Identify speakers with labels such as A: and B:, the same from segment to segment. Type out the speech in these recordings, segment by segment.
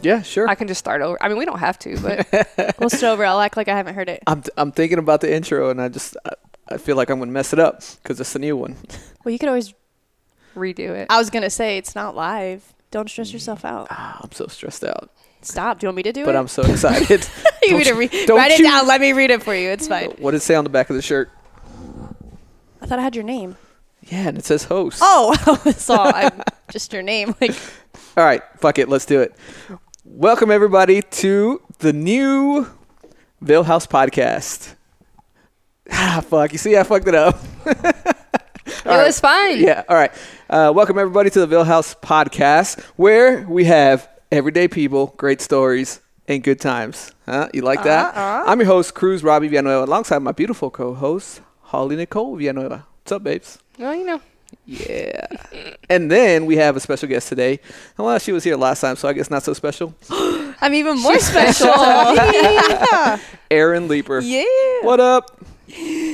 A: Yeah, sure.
B: I can just start over. I mean, we don't have to, but
C: We'll start over. I'll act like I haven't heard it.
A: I'm, I'm thinking about the intro, and I just I, I feel like I'm gonna mess it up because it's a new one.
C: Well, you could always.
B: redo it.
C: I was gonna say it's not live. Don't stress yourself out.
A: Ah, I'm so stressed out,
C: Stop. Do you want me to do
A: but
C: it?
A: I'm so excited.
C: you
A: don't
C: want me to
A: you-
C: re-
A: don't
C: write it
A: you-
C: down. Let me read it for you. It's fine.
A: what did it say on the back of the shirt?
C: I thought I had your name.
A: Yeah, and it says host.
C: Oh, I saw. I'm just your name. Like
A: All right, fuck it, let's do it. Welcome everybody to the new Ville House podcast. Ah, fuck. You see, I fucked it up.
B: it was fine.
A: Yeah. All right. Uh, welcome everybody to the Ville House podcast, where we have everyday people, great stories, and good times. Huh? You like that? I'm your host, Cruz Robbie Villanueva, alongside my beautiful co-host, Holly Nicole Villanueva. What's up, babes?
B: Well, you know,
A: Yeah. and then we have a special guest today. Well, she was here last time, so I guess not so special.
C: I'm even more special. yeah.
A: Aaron Leeper.
C: Yeah.
A: What up?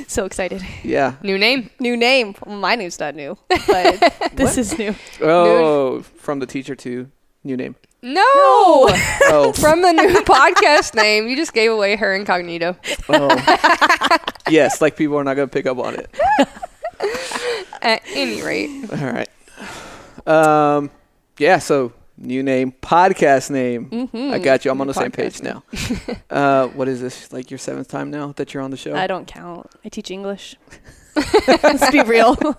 C: So excited.
A: Yeah.
B: new name.
C: New name. Well, my name's not new, but this is new.
A: Oh, from the teacher to new name.
B: No.
A: Oh,
B: From the new podcast name, you just gave away her incognito.
A: oh. yes, like people are not going to pick up on it.
B: At any rate,
A: All right. Um, yeah, so new name, podcast name. I got you. I'm on
B: New
A: the same
B: Mm-hmm. podcast
A: page now. uh, what is this? Like your seventh time now that you're on the show?
C: I don't count. I teach English. Let's be real.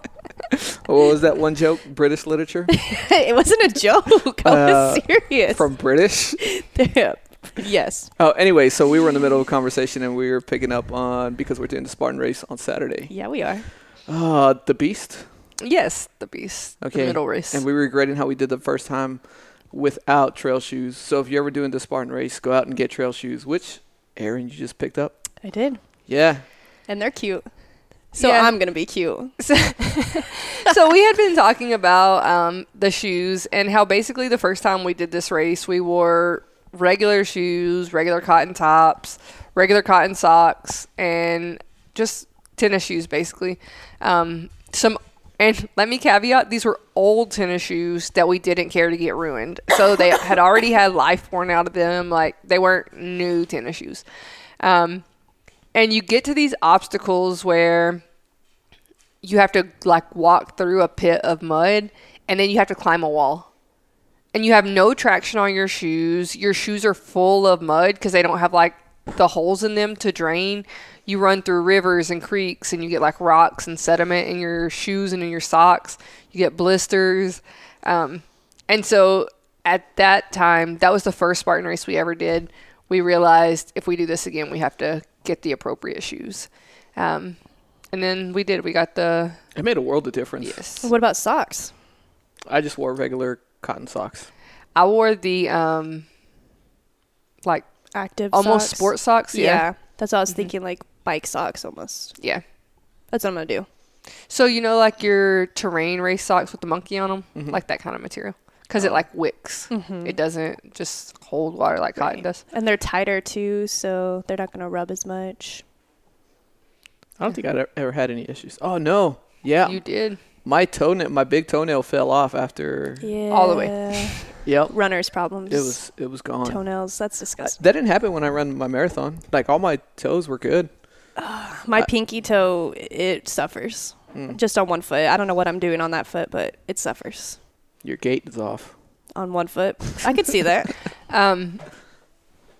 A: What was that one joke? British literature
C: it wasn't a joke. I
A: Uh,
C: was serious.
A: from British.
C: yes.
A: Oh, anyway, so we were in the middle of a conversation and we were picking up on because we're doing the Spartan race on Saturday.
C: Yeah, we are.
A: Uh, the Beast.
B: yes, the beast. Okay.
A: Okay.
B: The middle race.
A: and we were regretting how we did the first time without trail shoes. So if you're ever doing the Spartan race, go out and get trail shoes, which Aaron you just picked up.
C: I did.
A: Yeah.
C: And they're cute. So
B: Yeah.
C: I'm going to be cute.
B: so we had been talking about um, the shoes and how basically the first time we did this race, we wore regular shoes, regular cotton tops, regular cotton socks, and just tennis shoes, basically. Um, some and let me caveat: these were old tennis shoes that we didn't care to get ruined, so they had already had life worn out of them. Like they weren't new tennis shoes. Um, and you get to these obstacles where you have to like walk through a pit of mud and then you have to climb a wall and you have no traction on your shoes your shoes are full of mud because they don't have like the holes in them to drain you run through rivers and creeks and you get like rocks and sediment in your shoes and in your socks you get blisters um, and so at that time that was the first spartan race we ever did we realized if we do this again we have to get the appropriate shoes um, and then we did. We got the
A: It made a world of difference.
B: yes.
C: What about socks?
A: I just wore regular cotton socks.
B: I wore the um, like
C: Active
B: almost
C: socks?
B: sports socks.
C: Yeah. Mm-hmm.
B: Yeah.
C: That's what I was thinking, like bike socks almost.
B: yeah,
C: That's what I'm going to do.
B: So you know, like your terrain race socks with the monkey on them, like that kind of material, because it like wicks. It doesn't just hold water like cotton does.
C: And they're tighter too, so they're not going to rub as much.
A: I don't think I ever had any issues. Oh no. Yeah.
B: You did.
A: my toenail, my big toenail fell off after.
C: Yeah.
B: All the way.
A: Yep.
C: Runner's problems.
A: It was it was gone.
C: Toenails. That's
A: I-
C: disgusting.
A: that didn't happen when I ran my marathon. Like all my toes were good.
C: Uh, My
A: I-
C: pinky toe, it suffers.
A: Mm.
C: Just on one foot. I don't know what I'm doing on that foot, but it suffers
A: Your gait is off.
C: on one foot. I could see that.
B: Um,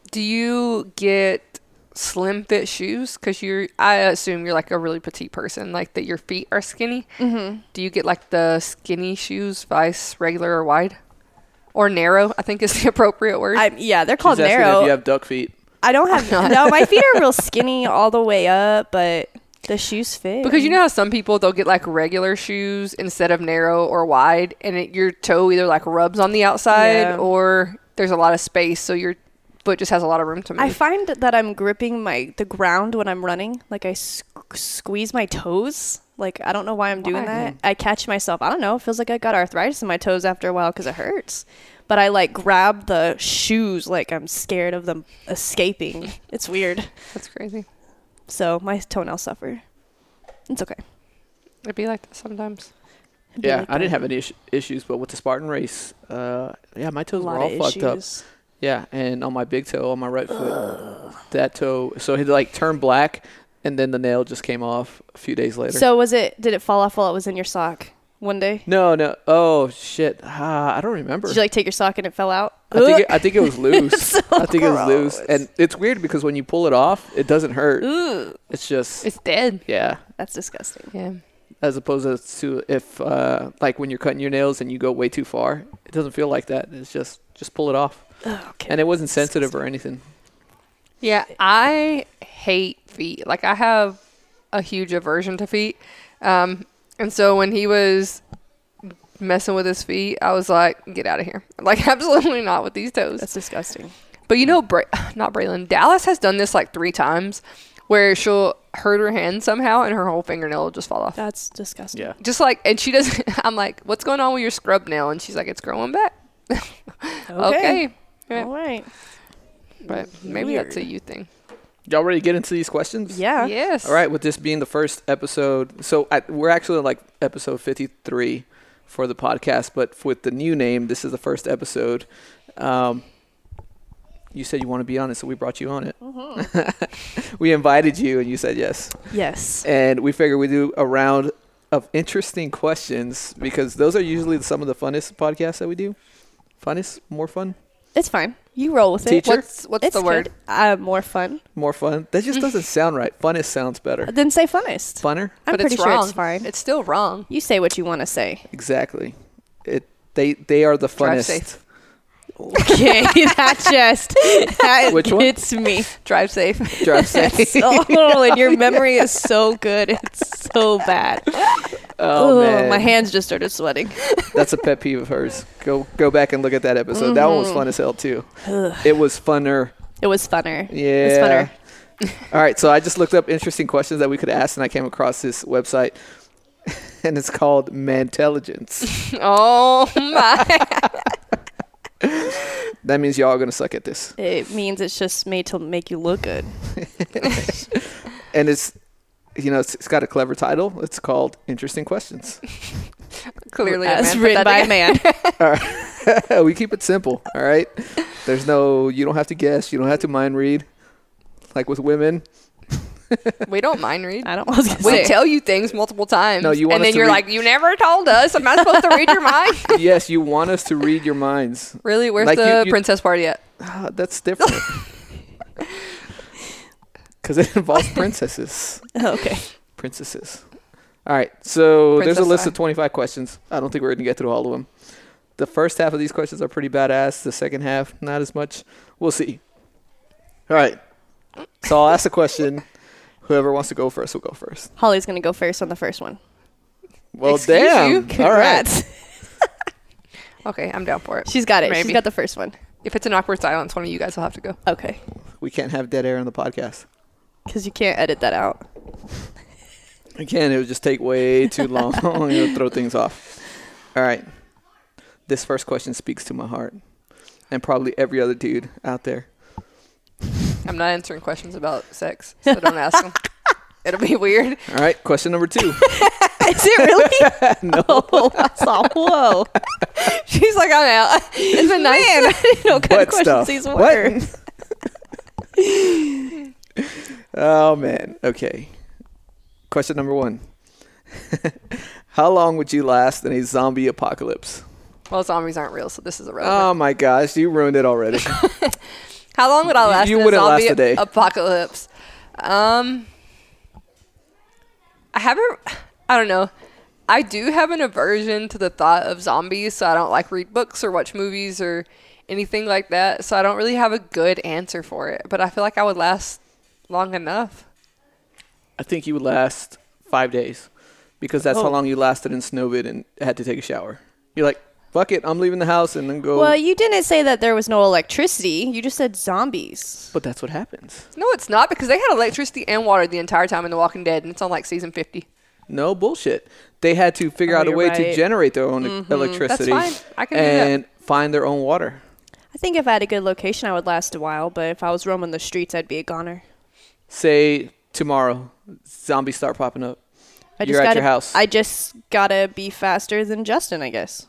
B: do you get slim fit shoes? Because you're, I assume you're like a really petite person, like that your feet are skinny.
C: mm-hmm.
B: Do you get like the skinny shoes, vice, regular, or wide? Or narrow, I think is the appropriate word.
C: I, yeah, they're called
A: She's asking
C: narrow.
A: If you have duck feet.
C: I don't have
B: I'm not.
C: no. My feet are real skinny all the way up, but the shoes fit
B: because you know how some people they'll get like regular shoes instead of narrow or wide, and it, your toe either like rubs on the outside
C: Yeah.
B: or there's a lot of space, so your foot just has a lot of room to move.
C: I find that I'm gripping my the ground when I'm running. Like I squ- squeeze my toes. Like I don't know why I'm doing
B: Why?
C: that. I catch myself. I don't know. It feels like I got arthritis in my toes after a while because it hurts. But I like grab the shoes like I'm scared of them escaping. It's weird.
B: That's crazy.
C: So my toenails suffer. It's okay.
B: It'd be like that sometimes.
C: It'd be
A: Yeah,
C: like
A: I didn't
C: that.
A: have any issu- issues, but with the Spartan race, uh, yeah, my toes were
C: lot
A: all
C: of
A: fucked up.
C: issues.
A: Yeah, and on my big toe, on my right foot, that toe. So it like turned black, and then the nail just came off a few days later.
C: So was it? Did it fall off while it was in your sock one day?
A: no, no. Oh shit! Ah, I don't remember.
C: Did you like take your sock and it fell out?
A: I think it,
C: Ugh.
A: I think it was loose. I think it was loose,
C: gross.
A: and it's weird because when you pull it off, it doesn't hurt. It's just
B: It's dead.
A: yeah.
C: That's disgusting.
B: Yeah.
A: As opposed to if uh, like when you're cutting your nails and you go way too far, it doesn't feel like that. It's just just pull it off,
C: Ugh, okay.
A: and it wasn't sensitive or anything.
B: Yeah, I hate feet. Like I have a huge aversion to feet. Um, and so when he was messing with his feet, I was like, "Get out of here!" Like absolutely not with these toes.
C: That's disgusting.
B: But you know, Bra- not Braylon. Dallas has done this like three times, where she'll hurt her hand somehow, and her whole fingernail will just fall off.
C: That's disgusting.
A: Yeah.
B: Just like, and she doesn't. I'm like, "What's going on with your scrub nail?" And she's like, "It's growing back." okay.
C: All right.
B: But maybe that's a you thing.
A: Y'all ready to get into these questions?
C: Yeah.
B: Yes.
A: All right, with this being the first episode, so I, we're actually like episode 53 for the podcast, but f- with the new name, this is the first episode. Um, you said you want to be on it, so we brought you on it.
B: Uh-huh.
A: we invited you, and you said yes.
C: Yes.
A: And we figure we do a round of interesting questions because those are usually some of the funnest podcasts that we do. Funnest, more fun,
C: It's fine. You roll with it.
A: Teacher?
B: What's what's
C: it's
B: the word?
C: good. Uh, more fun.
A: more fun. That just doesn't sound right. Funnest sounds better.
B: Uh,
C: Then say funnest.
A: Funner,
C: I'm
B: but
C: pretty
B: it's
C: sure
B: wrong.
C: it's fine.
B: It's still wrong.
C: you say what you want to say.
A: exactly. It. They they are the
B: Drive
A: funnest.
B: safe.
C: Okay, that just that
A: Which one?
C: hits me.
B: Drive safe.
A: Drive safe.
C: So, and your memory is so good, it's so bad.
A: oh
C: Ugh,
A: man,
C: my hands just started sweating.
A: that's a pet peeve of hers. Go go back and look at that episode. That one was
C: Mm-hmm.
A: fun as hell too. it was funner.
C: It was funner.
A: Yeah.
C: it was funner.
A: All right, so I just looked up interesting questions that we could ask, and I came across this website, and it's called Mantelligence.
B: oh my.
A: that means y'all are gonna suck at this,
C: It means it's just made to make you look good.
A: and it's. You know, it's, it's got a clever title. It's called Interesting Questions.
B: Clearly, a man
C: As
B: put
C: written
B: that
C: by a
B: together.
C: man.
A: we keep it simple, all right? There's no, you don't have to guess. You don't have to mind read. Like with women,
B: We don't mind read.
C: I don't I was gonna
B: We
C: say.
B: tell you things multiple times.
A: No, you want
B: and
A: us
B: then
A: to
B: you're
A: read-
B: like, you never told us. Am I supposed to read your mind?
A: yes, you want us to read your minds.
B: Really? Where's
A: Like,
B: the
A: you- you-
B: princess party at?
A: Ah, that's different. Because it involves princesses.
C: okay.
A: Princesses. All right. So there's
B: Princess
A: a list
B: eye.
A: of 25 questions. I don't think we're going to get through all of them. The first half of these questions are pretty badass. The second half, not as much. We'll see. All right. So I'll ask the question. Whoever wants to go first will go first.
C: Holly's gonna go first on the first one.
A: Well,
B: Excuse
A: damn.
B: you?
A: All right.
C: Congrats.
B: Okay, I'm down for it.
C: She's got it.
B: Maybe.
C: She's got the first one.
B: If it's an awkward silence, one of you guys will have to go.
C: Okay.
A: We can't have dead air on the podcast.
C: Because you can't edit that out.
A: Again, it would just take way too long. It would throw things off. All right. This first question speaks to my heart and probably every other dude out there.
B: I'm not answering questions about sex, so don't ask them. It'll be weird.
A: All right. Question number two.
C: Is it really? no. That's all. Whoa.
B: She's like, I'm out. It's been nice.
C: Man, I didn't know what kind of
A: What
C: questions
A: stuff?
C: these were.
A: What? oh, man. Okay. Question number one How long would you last in a zombie apocalypse?
B: Well, zombies aren't real, so this is irrelevant.
A: Oh, my gosh. You ruined it already.
B: How long would I last
A: you
B: in a
A: wouldn't last
B: zombie
A: a day.
B: apocalypse? Um, I haven't. I don't know. I do have an aversion to the thought of zombies, so I don't like read books or watch movies or anything like that. So I don't really have a good answer for it. But I feel like I would last long enough.
A: I think you would last five days because that's how
C: Oh.
A: long you lasted in Snowvid and had to take a shower. You're like, fuck it, I'm leaving the house and then go.
C: Well, you didn't say that there was no electricity. You just said zombies.
A: but that's what happens.
B: No, it's not because they had electricity and water the entire time in The Walking Dead, and it's on like season fifty.
A: No bullshit. They had to figure
C: Oh,
A: out a
C: you're
A: way to
C: right. Mm-hmm.
A: generate their own electricity
B: fine. I can do that.
A: and find their own water.
C: I think if I had a good location, I would last a while. But if I was roaming the streets, I'd be a goner.
A: Say tomorrow, zombies start popping up.
C: I
A: You're at
C: gotta,
A: your house.
C: I just gotta be faster than Justin, I guess.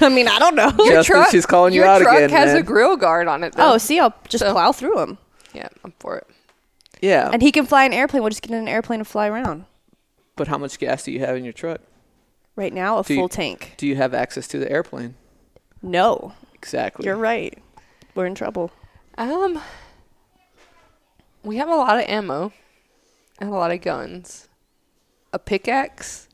C: I mean, I don't know.
A: Your Justin,
B: truck-
A: she's calling you
B: your
A: out
B: truck
A: again,
B: has a
A: man.
B: grill guard on it. Though.
C: Oh, see, I'll just
B: So-
C: plow through him.
B: yeah, I'm for it.
A: Yeah.
C: And he can fly an airplane. We'll just get in an airplane and fly around.
A: but how much gas do you have in your truck?
C: Right now, a
A: Do you-
C: full tank.
A: Do you have access to the airplane?
C: No,
A: Exactly.
C: you're right. We're in trouble.
B: Um, we have a lot of ammo and a lot of guns, a pickaxe,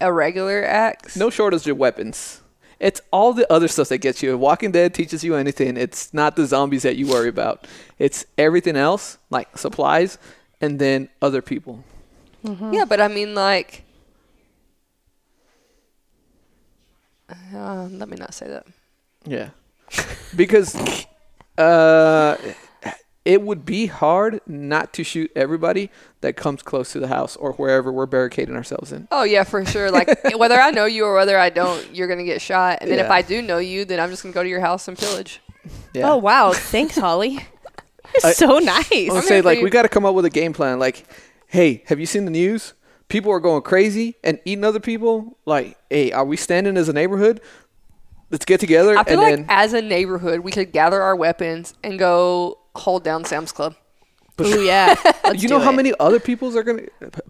B: a regular axe.
A: No shortage of weapons. It's all the other stuff that gets you. If Walking Dead teaches you anything, it's not the zombies that you worry about. It's everything else, like supplies, and then other people.
B: Yeah, but I mean, like, um, let me not say that.
A: Yeah. because uh, it would be hard not to shoot everybody that comes close to the house or wherever we're barricading ourselves in.
B: Oh yeah, for sure. Like whether I know you or whether I don't, you're gonna get shot. And then if
A: Yeah.
B: I do know you, then I'm just gonna go to your house and pillage.
A: Yeah.
C: Oh wow! Thanks, Holly. You're so nice.
A: I would
B: I'm
A: Oh, say
B: here for
A: like
B: you.
A: we got to come up with a game plan. Like, hey, have you seen the news? People are going crazy and eating other people. Like, hey, are we standing as a neighborhood? Let's get together
B: I feel
A: and
B: like
A: then.
B: as a neighborhood, we could gather our weapons and go hold down Sam's Club.
C: Ooh yeah. Let's
A: you know
C: do
A: how
C: it.
A: many other peoples are gonna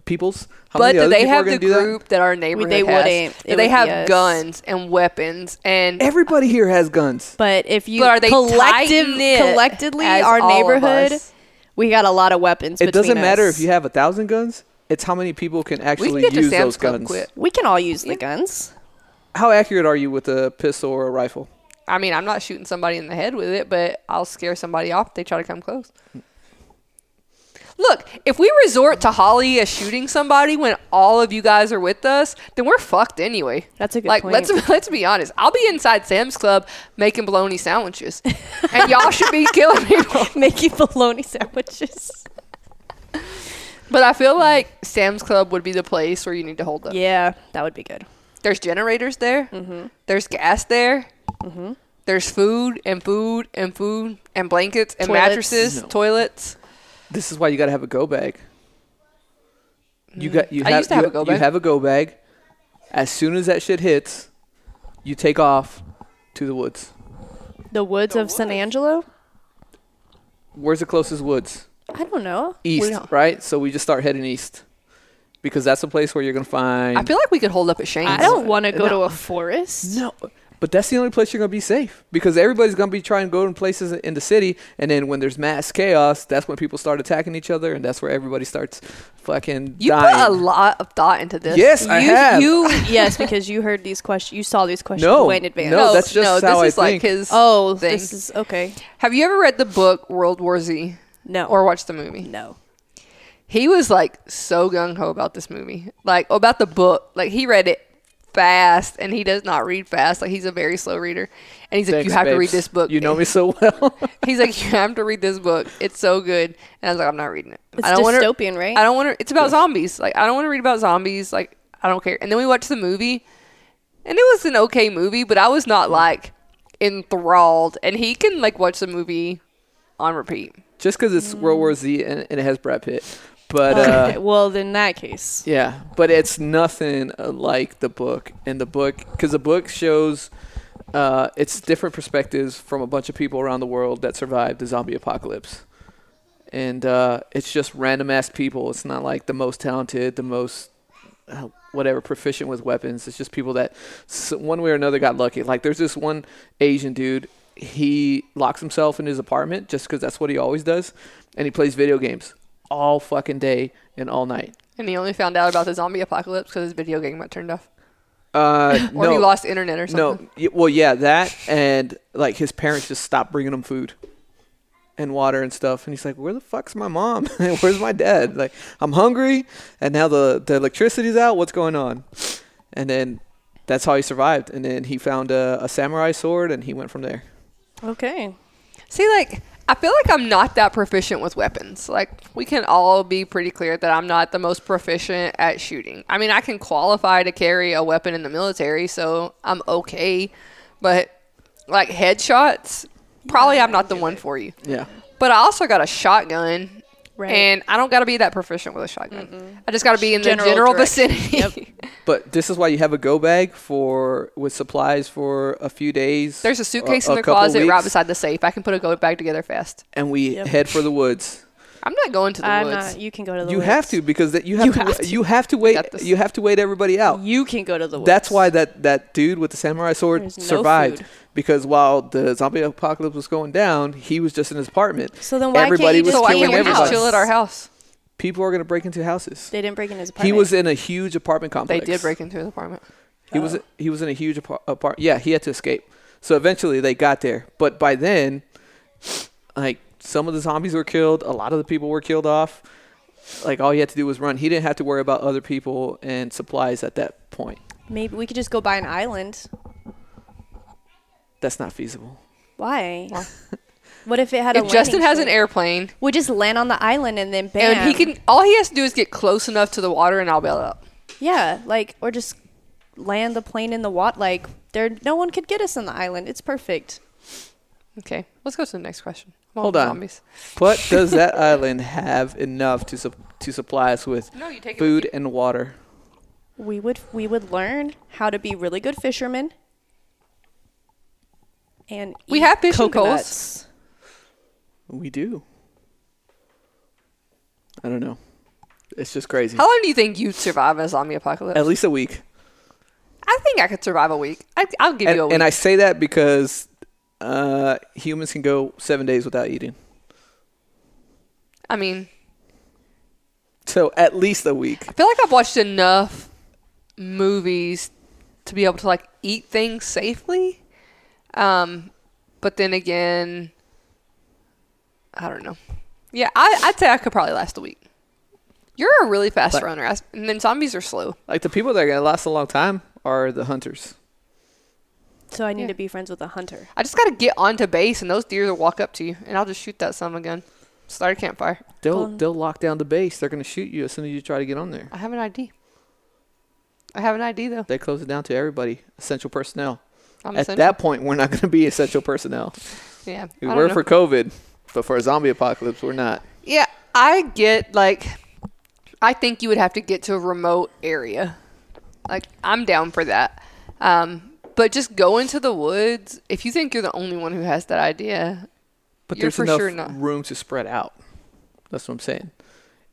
A: peoples? How
B: but
A: many
B: do
A: other
B: they
A: people are
B: have
A: gonna
B: the
A: do that?
B: group that? our neighborhood
C: They
B: has?
C: wouldn't.
B: Do
C: It
B: they
C: would
B: have
C: be us.
B: guns and weapons and
A: Everybody here has guns.
C: But if you
B: But are they
C: collective
B: tight-knit
C: collectively
B: as
C: our
B: all of
C: neighborhood,
B: us?
C: we got a lot of weapons.
A: It doesn't
C: between
A: matter
C: us.
A: if you have a thousand guns. It's how many people can
B: we can
A: actually
B: get to
A: use
B: Sam's
A: those
B: Club
A: guns.
B: quick?
C: We can all use the guns.
A: How accurate are you with a pistol or a rifle?
B: I mean, I'm not shooting somebody in the head with it, but I'll scare somebody off if they try to come close. Look, if we resort to Holly as shooting somebody when all of you guys are with us, then we're fucked anyway.
C: That's a good
B: like.
C: point.
B: Let's let's be honest. I'll be inside Sam's Club making bologna sandwiches, and y'all should be killing people.
C: Making bologna sandwiches.
B: But I feel like Sam's Club would be the place where you need to hold up.
C: Yeah, Mm-hmm. that would be good.
B: There's generators there. There's gas there.
C: Mm-hmm.
B: There's food and food and food and blankets and
C: Toilets.
B: mattresses,
A: No.
B: toilets.
A: This is why you got to have a go bag. You got you
B: Mm. I
A: have,
B: used to have
A: you,
B: a go
A: you
B: bag.
A: have a go bag. As soon as that shit hits, you take off to the woods.
C: The woods of San Angelo?
A: Where's the closest woods?
C: I don't know.
A: East,
B: don't-
A: right? So we just start heading east because that's the place where you're gonna find.
B: I feel like we could hold up at Shane's.
C: I don't want to go to a forest.
A: no, but that's the only place you're gonna be safe because everybody's gonna be trying to go in places in the city, and then when there's mass chaos, that's when people start attacking each other, and that's where everybody starts fucking
B: You
A: dying.
B: put a lot of thought into this.
A: Yes, I
C: you,
A: have.
C: you yes, because you heard these questions. You saw these questions
A: No,
C: way in advance.
A: no, that's just
B: no,
A: how
B: this
A: I
B: is like
A: think.
B: his.
C: oh,
B: thing.
C: this is okay.
B: Have you ever read the book World War Z
C: No,
B: or watched the movie?
C: no.
B: He was like so gung ho about this movie, like about the book. Like he read it fast, and he does not read fast. Like he's a very slow reader, and he's like,
A: Thanks,
B: "You have to read
A: babes.
B: this book."
A: You know me so well.
B: He's like, "You have to read this book. It's so good." And I was like, "I'm not reading it.
C: It's
B: I don't wanna-
C: dystopian, right?
B: I don't want to. It's about zombies. Like I don't want to read about zombies. Like I don't care. And then we watched the movie, and it was an okay movie, but I was
A: Mm.
B: not like enthralled. And he can like watch the movie on repeat.
A: just because it's World War Z and, and it has Brad Pitt, but
C: Okay,
A: uh,
C: well, then in that case,
A: yeah, but it's nothing uh, like the book. And the book, because the book shows uh, it's different perspectives from a bunch of people around the world that survived the zombie apocalypse, and uh, it's just random ass people. It's not like the most talented, the most uh, whatever proficient with weapons. It's just people that s one way or another got lucky. Like there's this one Asian dude. He locks himself in his apartment just because that's what he always does, and he plays video games all fucking day and all night.
B: And he only found out about the zombie apocalypse because his video game got turned off,
A: Uh,
B: or
A: no,
B: he lost internet or
A: no.
B: something.
A: y- Well, yeah, that and like his parents just stopped bringing him food and water and stuff, and he's like, "Where the fuck's my mom? Where's my dad? Like, I'm hungry, and now the the electricity's out. What's going on?" And then that's how he survived. And then he found a, a samurai sword, and he went from there.
C: okay.
B: See, like, I feel like I'm not that proficient with weapons. Like, we can all be pretty clear that I'm not the most proficient at shooting. I mean, I can qualify to carry a weapon in the military, so I'm okay. But, like, headshots, probably I'm not the one for you.
A: Yeah,
B: But I also got a shotgun
C: Right.
B: And I don't got to be that proficient with a shotgun. I just got to be in
C: General
B: the general
C: direction.
B: vicinity.
A: But this is why you have a go bag for with supplies for a few days. uh,
B: There's a suitcase in the
A: couple
B: closet right
A: weeks,
B: beside the safe. I can put a go bag together fast.
A: and we
C: Yep.
A: head for the woods.
B: I'm not going to the
C: I'm
B: woods.
C: not. You can go to the.
A: You
C: woods.
A: have to because that you have
C: You
A: to,
C: have to.
A: you have to wait
B: Got this.
A: you have to wait everybody out.
C: You can go to the. Woods.
A: That's why that, that dude with the samurai sword
C: There's no
A: survived
C: food.
A: because while the zombie apocalypse was going down, he was just in his apartment.
C: So then why can't
A: everybody
C: you
A: was
C: just
B: so why
A: killing
B: can't we just
A: everybody.
B: chill at our house?
A: People are going to break into houses.
C: They didn't break in his apartment.
A: He was in a huge apartment
B: They
A: complex.
B: did break into his apartment.
A: He was he was in a huge apart- apartment. Yeah, he had to escape. So eventually they got there, but by then, like some of the zombies were killed. A lot of the people were killed off. Like all he had to do was run. He didn't have to worry about other people and supplies at that point.
C: Maybe we could just go buy an island.
A: That's not feasible.
C: Why?
B: Why?
C: what if it had a?
B: If Justin
C: landing
B: has an
C: strip?
B: airplane
C: we just land on the island and then bam.
B: and he can, all he has to do is get close enough to the water, and I'll bail out.
C: Yeah, like or just land the plane in the water. Like there, no one could get us on the island. It's perfect.
B: Okay, let's go to the next question. I'm all
A: Hold
B: for
A: on.
B: zombies.
A: But does that island have enough to sup to supply us with
B: No, you take it with
A: food
B: you.
A: and water?
C: We would we would learn how to be really good fishermen. And
B: We
C: eat
B: have fishing poles.
C: coconuts.
A: We do. I don't know. It's just crazy.
B: How long do you think you'd survive a zombie apocalypse?
A: At least a week.
B: I think I could survive a week. I, I'll give
A: and,
B: you a week.
A: and I say that because uh, humans can go seven days without eating.
B: I mean,
A: So at least a week.
B: I feel like I've watched enough movies to be able to like eat things safely. Um, but then again, I don't know. Yeah, I, I'd say I could probably last a week. You're a really fast
A: But-
B: runner, I s- and then zombies are slow.
A: Like the people that are gonna last a long time are the hunters.
C: So I need
B: Yeah.
C: to be friends with a hunter.
B: I just got to get onto base, and those deer will walk up to you, and I'll just shoot that son of a gun. Start a campfire.
A: They'll
C: Well-
A: they'll lock down the base. They're gonna shoot you as soon as you try to get on there.
B: I have an ID. I have an ID though.
A: They close it down to everybody, essential personnel.
B: I'm
A: At
B: essential.
A: that point, we're not gonna be essential personnel.
B: yeah,
A: We
B: I don't
A: were
B: know.
A: for COVID, but for a zombie apocalypse, we're not.
B: Yeah, I get like, I think you would have to get to a remote area. Like, I'm down for that. Um, but just go into the woods. If you think you're the only one who has that idea,
A: But
B: You're
A: there's
B: for
A: enough
B: sure not.
A: room to spread out. That's what I'm saying.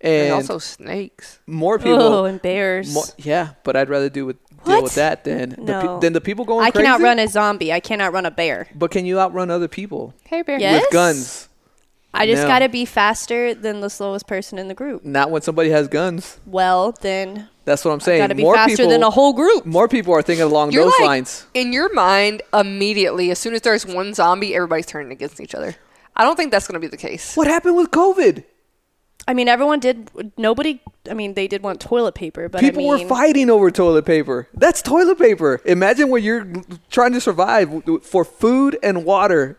B: there's
A: And
B: also snakes.
A: more people.
C: Oh, and bears.
A: Mo- yeah, but I'd rather do with deal
C: What?
A: with that than the pe-
C: No.
A: than the people going
C: I
A: crazy.
C: cannot run a zombie. I cannot run a bear.
A: But can you outrun other people
B: Hey, bear.
C: Yeah. Yes.
A: with guns?
C: I just
A: No.
C: got to be faster than the slowest person in the group.
A: Not when somebody has guns.
C: Well, then
A: That's what I'm
C: I
A: saying.
C: got to be
A: more
C: faster
A: people,
C: than a whole group.
A: more people are thinking along
B: You're
A: those
B: like,
A: lines.
B: in your mind, immediately, as soon as there's one zombie, everybody's turning against each other. I don't think that's going to be the case.
A: What happened with COVID?
C: I mean, everyone did. Nobody. I mean, they did want toilet paper, but
A: People
C: I
A: were
C: mean,
A: fighting over toilet paper. That's toilet paper. Imagine where you're trying to survive w- w- for food and water.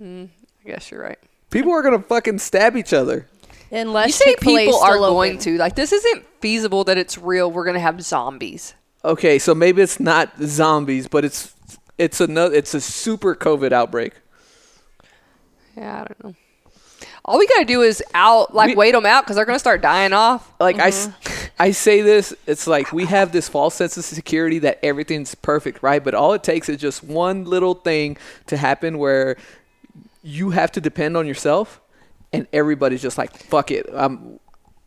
B: I guess you're right.
A: People are gonna fucking stab each other.
C: Unless
B: You say
C: Chick-fil-A's
B: people are
C: still open.
B: going to. Like, this isn't feasible that it's real. We're going to have zombies.
A: Okay, so maybe it's not zombies, but it's it's another it's a super COVID outbreak.
B: Yeah, I don't know. All we gotta do is out, like
A: We-
B: wait wait them out, because they're gonna start dying off.
A: like I s I I, say this it's like we have this false sense of security that everything's perfect right but all it takes is just one little thing to happen where you have to depend on yourself and everybody's just like fuck it i'm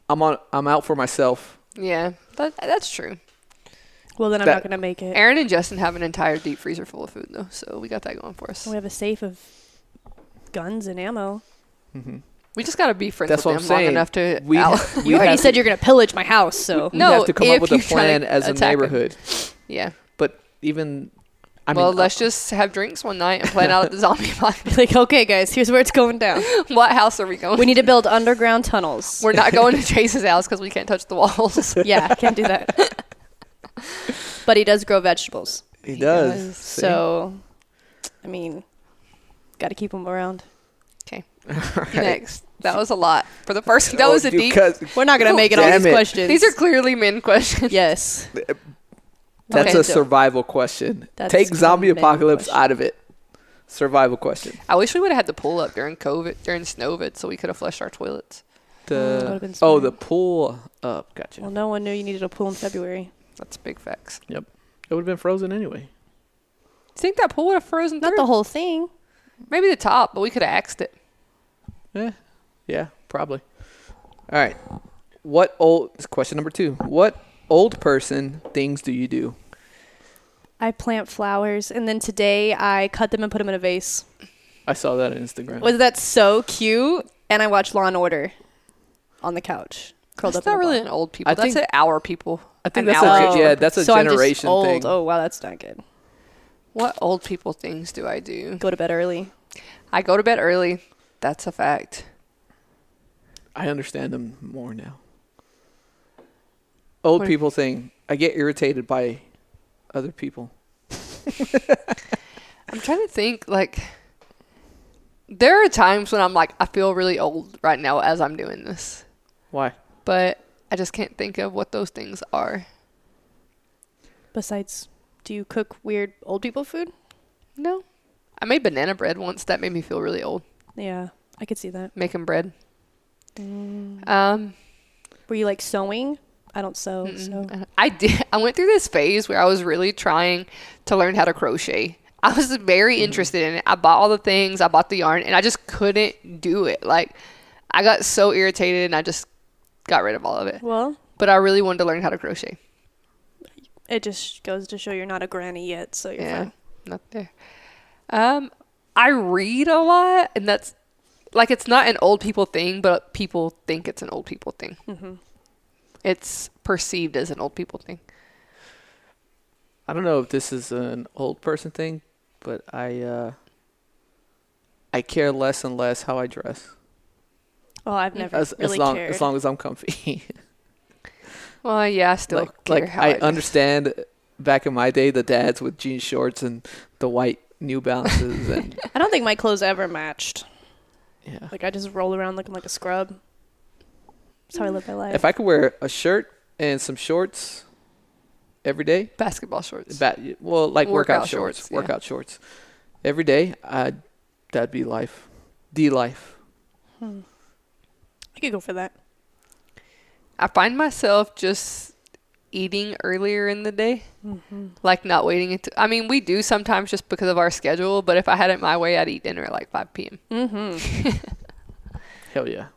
A: i'm on i'm out for myself
B: Yeah, that, that's true.
C: Well, then I'm
A: That-
C: not going to make it.
B: Aaron and Justin have an entire deep freezer full of food though, so we got that going for us.
C: We have a safe of guns and ammo.
B: We just gotta be friends
A: That's
B: with
A: what
B: them
A: I'm
B: long
A: saying.
B: enough to.
A: We
B: out-
A: have-
C: You already
A: have
C: said
A: to-
C: you're going to pillage my house, so
A: we
B: No,
A: have to come up
B: if
A: with a
B: you try to
A: plan as a
B: attack 'em.
A: neighborhood
B: yeah.
A: but even i mean
B: well,
A: uh,
B: let's just have drinks one night and plan out the zombie apocalypse.
C: like, okay, guys, here's where it's going down.
B: what house are we going?
C: We need to build underground tunnels.
B: We're not going to Chase's house because we can't touch the walls.
C: yeah, can't do that. but he does grow vegetables,
A: he does,
B: does,
A: see?
C: so I mean, got to keep him around.
B: Okay.
A: Alright.
B: Next, that was a lot for the first. That
A: Oh,
B: was a
A: you
B: deep.
A: cut-
C: We're not going to
B: Oh,
C: make it all
A: damn it.
C: these questions.
B: These are clearly men questions.
C: yes.
A: that's
B: Okay.
A: a survival question
C: That's
A: take
C: a
A: zombie
C: man
A: apocalypse
C: question.
A: out of it survival question
B: I wish we would have had the pull up during COVID, during Snowvid, so we could have flushed our toilets.
C: that
A: The
C: would've been
A: oh
C: smart.
A: the pull up. Gotcha.
C: Well, no one knew you needed a pool in February.
B: That's big facts.
A: it would have been frozen anyway.
B: Do you think that pool would have frozen
C: Not
B: through?
C: the whole thing.
B: Maybe the top, but we could have axed it.
A: Yeah, yeah, probably. All right. What old it's question number two? What old person things do you do?
C: I plant flowers, and then today I cut them and put them in a vase.
A: I saw that on Instagram.
C: Was that so cute? And I watched Law and Order on the couch, curled
B: That's
C: up. in
B: not
C: a
B: really
C: ball.
B: an old people.
A: I
B: that's
A: think-
B: an our people.
A: I think
B: an
A: that's a
B: our-
A: ge- yeah, that's a
C: so I'm just
A: generation
C: old.
A: thing.
C: Oh wow, that's not good.
B: What old people things do I do?
C: Go to bed early.
B: I go to bed early. That's a fact.
A: I understand them more now. Old
B: What-
A: people thing. I get irritated by other people.
B: I'm trying to think. Like, there are times when I'm like, I feel really old right now as I'm doing this,
A: Why?
B: but I just can't think of what those things are.
C: Besides, do you cook weird old people food?
B: No, I made banana bread once. That made me feel really old
C: Yeah, I could see that.
B: making bread.
C: Mm.
B: Um,
C: Were you like sewing? I don't sew, so
B: Mm, I did. I went through this phase where I was really trying to learn how to crochet. I was very
A: Mm-hmm.
B: interested in it. I bought all the things, I bought the yarn, and I just couldn't do it. Like, I got so irritated and I just got rid of all of it.
C: well,
B: But I really wanted to learn how to crochet.
C: it just goes to show you're not a granny yet, so you're
B: yeah,
C: fine.
B: not there. Um, I read a lot, and that's like it's not an old people thing, but people think it's an old people thing.
C: Mm-hmm.
B: It's perceived as an old people thing.
A: I don't know if this is an old person thing, but I uh I care less and less how I dress.
C: Well, I've never
A: As,
C: really
A: as long
C: cared.
A: as long as I'm comfy.
B: Well, yeah, I still
A: like
B: care
A: like
B: how
A: I,
B: dress.
A: understand back in my day the dads with jean shorts and the white New Balances and
C: I don't think my clothes ever matched.
A: yeah.
C: Like I just roll around looking like a scrub. That's how I live my life.
A: If I could wear a shirt and some shorts every day,
B: basketball shorts.
A: ba- well like workout,
B: Workout
A: shorts,
B: shorts, yeah.
A: workout shorts every day, I that'd be life, the life.
C: Hmm. I could go for that.
B: I find myself just eating earlier in the day, like not waiting. Until, I mean, we do sometimes just because of our schedule, but if I had it my way, I'd eat dinner at like 5 p.m.
C: Mm-hmm.
A: Hell yeah.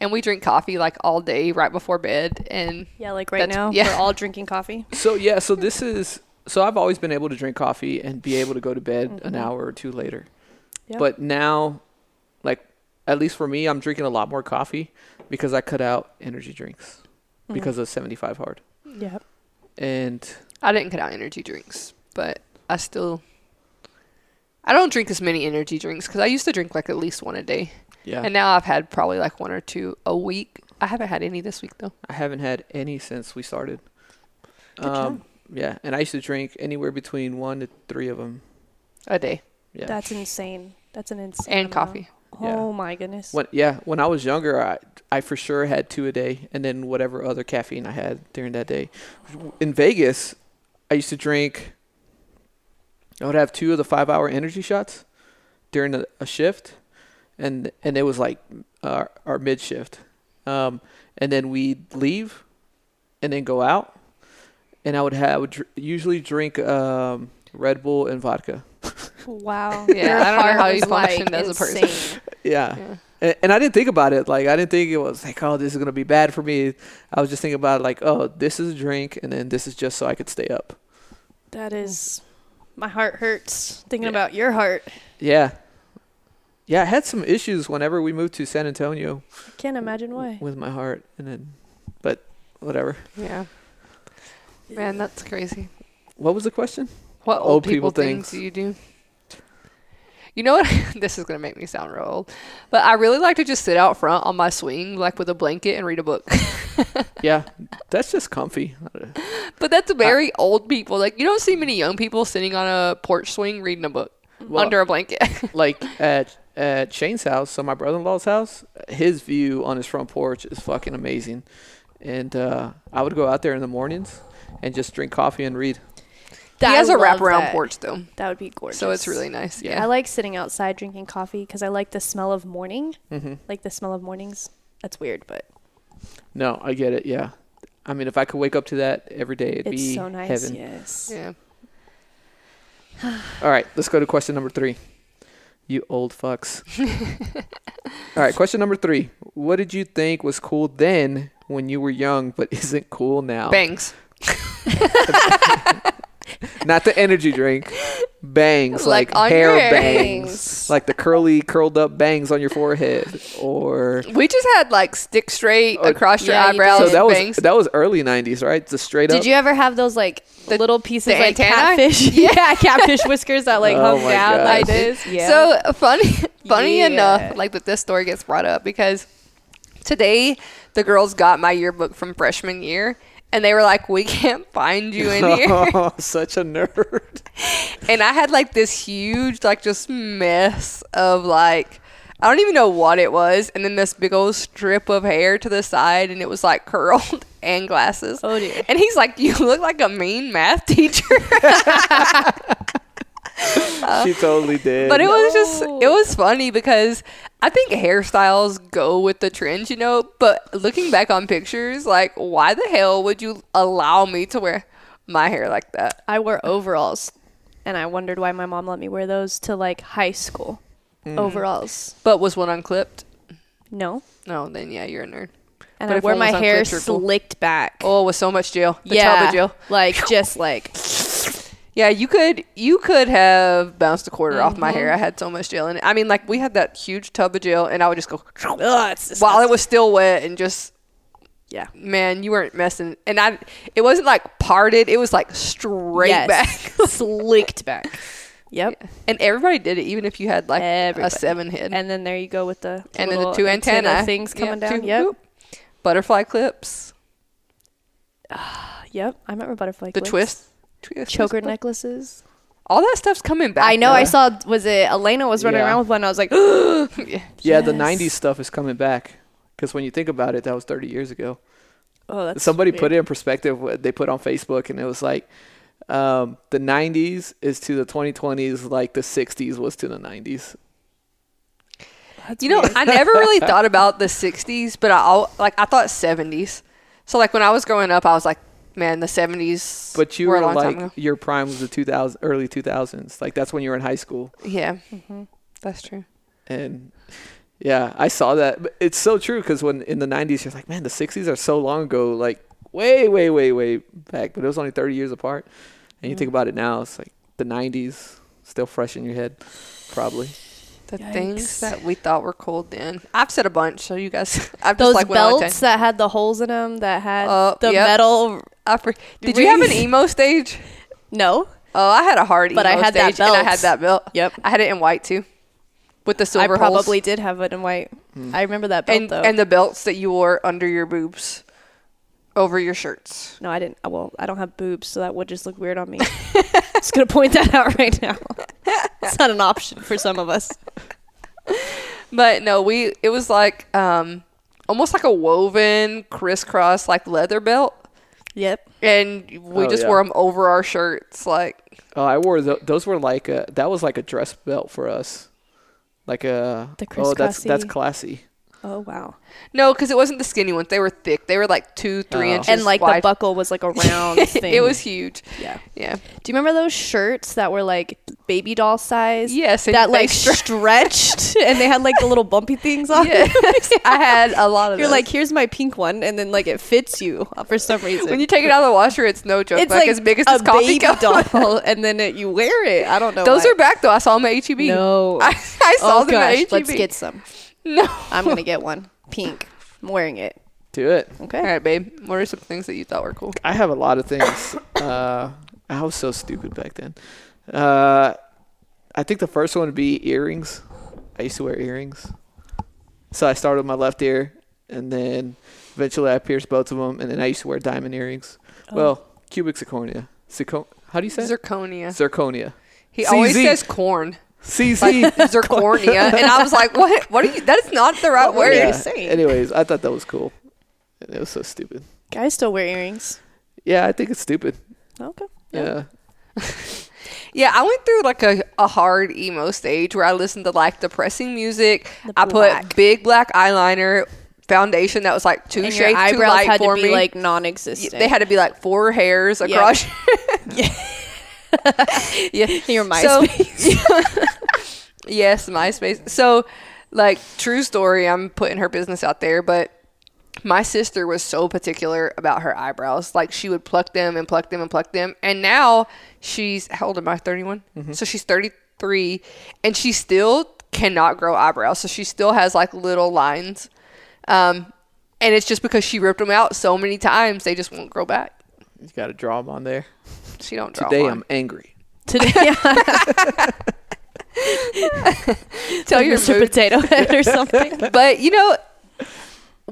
B: And we drink coffee like all day right before bed. And
C: Yeah, like right
B: That's-
C: now
B: yeah.
C: we're all drinking coffee.
A: So yeah, so this is so I've always been able to drink coffee and be able to go to bed an hour or two later.
C: Mm-hmm. Yeah.
A: But now like at least for me, I'm drinking a lot more coffee because I cut out energy drinks
C: Mm-hmm.
A: because of 75 hard.
C: Yeah.
A: And
B: I didn't cut out energy drinks, but I still. I don't drink as many energy drinks because I used to drink like at least one a day.
A: yeah,
B: And now I've had probably like one or two a week. I haven't had any this week though.
A: I haven't had any since we started.
C: Good
A: um yeah, and I used to drink anywhere between 1 to 3 of them.
B: A day.
A: Yeah.
C: That's insane. That's an insane
B: And
C: amount.
B: coffee.
A: Yeah.
C: Oh my goodness.
A: when yeah, when I was younger, I I for sure had two a day, and then whatever other caffeine I had during that day. In Vegas, I used to drink. I would have two of the five-hour energy shots during a, a shift, and and it was like our, our mid shift, um, and then we'd leave, and then go out, and I would have I would dr- usually drink um, Red Bull and vodka.
C: Wow.
B: Yeah,
C: Your
B: I don't know
C: heart
B: how you
C: was,
B: functioned
C: like,
B: as a person.
C: insane.
A: Yeah.
B: Yeah.
A: And, and I didn't think about it. Like, I didn't think it was like, oh, this is going to be bad for me. I was just thinking about, like, oh, this is a drink, and then this is just so I could stay up.
C: That is. My heart hurts thinking
A: Yeah.
C: about your heart.
A: Yeah. Yeah, I had some issues whenever we moved to San Antonio
C: I can't imagine why.
A: with my heart. And then, but whatever.
B: Yeah. Man, that's crazy.
A: What was the question?
B: What
A: Old
B: old
A: people
B: people, things.
A: things.
B: do you do? You know what? this is going to make me sound real old. But I really like to just sit out front on my swing, like with a blanket and read a book.
A: yeah. That's just comfy.
B: but that's very old people. Like, you don't see many young people sitting on a porch swing reading a book
A: Well-
B: under a blanket.
A: Like, at, at Shane's house, so my brother in law's house, his view on his front porch is fucking amazing. And uh, I would go out there in the mornings and just drink coffee and read.
B: he
C: I
B: has a
C: love
B: wraparound
C: that.
B: porch, though.
C: That would be gorgeous.
B: So it's really nice. Yeah.
A: Mm-hmm.
C: I like sitting outside drinking coffee because I like the smell of morning, like the smell of mornings. That's weird, but
A: No, I get it. Yeah. I mean, if I could wake up to that every day, it'd
C: it's
A: be
C: so nice.
A: heaven.
C: Yes.
B: Yeah.
A: All right, let's go to question number three. You old fucks. All right, question number three. What did you think was cool then when you were young, but isn't cool now?
B: Bangs.
A: Not the energy drink. Bangs, like,
B: Like on
A: hair
B: your
A: bangs.
C: bangs.
A: like the curly, curled up bangs on your forehead, or
B: We just had like stick straight
A: Oh,
B: across your
C: yeah, you
B: eyebrows.
A: so
C: did.
A: that was
B: bangs.
A: that was early '90s, right? The straight up.
C: Did you ever have those like
B: The-
C: little pieces
B: the
C: like
B: antennae?
C: catfish? Yeah. catfish whiskers that like
A: Oh
C: hung
A: my
C: down
A: gosh.
C: like
A: I did.
C: this. Yeah.
B: So funny, funny
C: Yeah.
B: enough, like that this story gets brought up because today the girls got my yearbook from freshman year, and they were like, "We can't find you in here,"
A: Oh, such a nerd.
B: and I had like this huge, like just mess of like. I don't even know what it was, and then this big old strip of hair to the side, and it was like curled and glasses.
C: Oh, dear.
B: And he's like, "You look like a mean math teacher."
A: she totally did.
B: but it was just
C: No.
B: it was funny because I think hairstyles go with the trends, you know. But looking back on pictures, like why the hell would you allow me to wear my hair like that?
C: I wore overalls, and I wondered why my mom let me wear those to like high school.
A: Mm.
C: Overalls,
B: But was one unclipped?
C: no.
B: No, then yeah, you're a nerd.
C: And
B: But
C: I
B: if
C: wore
B: one
C: my
B: was
C: hair
B: unclipped, you're cool.
C: slicked back.
B: Oh, with so much gel, the tub
C: yeah,
B: of gel.
C: like just like
B: Yeah, you could you could have bounced a quarter off my hair. I
C: Mm-hmm.
B: had so much gel in it. I mean, like we had that huge tub of gel, and I would just go
C: ugh, it's disgusting.
B: while it was still wet and just
C: yeah.
B: man, you weren't messing. And I, it wasn't like parted. It was like straight
C: Yes.
B: back.
C: slicked back. Yep.
B: And everybody did it, even if you had like a
C: Everybody.
B: seven head and,
C: And then there you go with the
B: then the
C: little
B: two antenna,
C: antenna, things
B: Yeah,
C: coming down.
B: two-
C: yep.
B: whoop. Butterfly clips,
C: Yep. I remember butterfly.
B: the
C: clips.
B: twist, twist,
C: choker
B: twist.
C: necklaces.
B: All that stuff's coming back.
C: I know. I
A: Yeah.
C: saw. Was it Elena was running
A: Yeah.
C: around with one? I was like, oh,
B: though. Yeah.
A: yeah, the
C: Yes.
A: '90s stuff is coming back. Because when you think about it, that was 30 years ago.
C: oh, that's
A: Somebody put it in perspective. What they put on Facebook, and it was like um, the '90s is to the 2020s, like the '60s was to the '90s.
B: You know, I never really thought about the '60s, but I al- like I thought '70s. So like when I was growing up, I was like, man, the '70s.
A: But you
B: were,
A: were,
B: a long time
A: like
B: ago.
A: your prime was the 2000, early 2000s. Like that's when you were in high school,
B: yeah,
C: Mm-hmm.
B: that's true.
A: and yeah, I saw that. But it's so true because when in the '90s, you're like, man, the '60s are so long ago, like way, way, way, way back. But it was only 30 years apart. And you think
C: Mm.
A: about it now, it's like the '90s still fresh in your head, probably.
B: The things
C: Yikes.
B: that we thought were cool then. I've said a bunch, so you guys, I've
C: those
B: just like went on a
C: belts that had the holes in them that had
B: Oh,
C: the
B: yep.
C: metal.
B: I fre- Did you have an emo stage?
C: No.
B: Oh, I had a hard
C: But
B: emo
C: I had that
B: stage, and I
C: belt.
B: had that belt.
C: Yep.
B: I had it in white too, with the silver
C: I probably
B: holes.
C: did have it in white.
A: Hmm.
C: I remember that belt
B: and
C: though.
B: and the belts that you wore under your boobs, over your shirts.
C: no, I didn't. Well, I don't have boobs, so that would just look weird on me. just gonna point that out right now. it's not an option for some of us.
B: But no, we it was like um almost like a woven crisscross like leather belt,
C: Yep.
B: and we
A: Oh,
B: just
A: yeah.
B: wore 'em wore them over our shirts. Like
A: Oh, I wore tho- those. Were like a that was like a dress belt for us, like a
C: The
A: oh that's that's
C: crisscrossy-
A: classy.
C: Oh wow.
B: no, because it wasn't the skinny ones. They were thick. They were like two, three
A: Oh.
B: inches
C: and like the
B: wide.
C: buckle was like a round thing.
B: it was huge.
C: yeah.
B: Yeah.
C: Do you remember those shirts that were like baby doll size?
B: Yes, and
C: that
B: they
C: like
B: stre-
C: stretched and they had like the little bumpy things on.
B: Yeah. I had a lot of.
C: You're
B: those.
C: like, here's my pink one, and then like it fits you for some reason.
B: when you take it out of the washer, it's no joke.
C: it's
B: like, as big as
C: a
B: this coffee
C: baby
B: cup.
C: doll, and then it, you wear it. I don't know.
B: Those
C: why.
B: are back though. I saw them at HEB.
C: no.
B: E I, I saw
C: oh
B: them
C: gosh,
B: at E HEB.
C: let's get some.
B: no.
C: I'm gonna get one pink. I'm wearing it.
A: Do it.
C: Okay.
B: All right, babe. What are some things that you thought were cool?
A: I have a lot of things. uh, I was so stupid back then. Uh, I think the first one would be earrings. I used to wear earrings, so I started with my left ear, and then eventually I pierced both of them, and then I used to wear diamond earrings. Well, cubic zirconia. Zircon- How do you say? it?
B: Zirconia.
A: zirconia.
B: He always
A: CZ.
B: says corn.
A: CZ.
B: Zircornia, and I was like, "What? What are you? That is not the right
C: What were
B: word."
C: you
A: Yeah.
C: saying?
A: Anyways, I thought that was cool. It was so stupid.
C: Guys still wear earrings.
A: Yeah, I think it's stupid.
C: Okay.
A: Yeah.
B: Yeah, I went through like a, a hard emo stage where I listened to like depressing music.
C: The
B: I
C: black.
B: put big black eyeliner, foundation that was like too
C: And
B: shades
C: your
B: too
C: eyebrows
B: light
C: had
B: for
C: to be
B: me.
C: like
B: Y-
C: non-existent.
B: they had to be like four hairs
C: Yeah.
B: across. yeah.
C: your
B: So-
C: MySpace.
B: yes, MySpace. So, like, true story, I'm putting her business out there, but my sister was so particular about her eyebrows. Like, she would pluck them and pluck them and pluck them. And now she's, how old am I? 31?
A: Mm-hmm.
B: So she's 33, and she still cannot grow eyebrows. So she still has like little lines. Um, and it's just because she ripped them out so many times, they just won't grow back.
A: You got to draw them on there.
B: She don't draw
A: Today
B: one.
A: I'm angry.
C: Today,
B: Tell your
C: Mr.
B: mood
C: Potato Head or something.
B: but you know,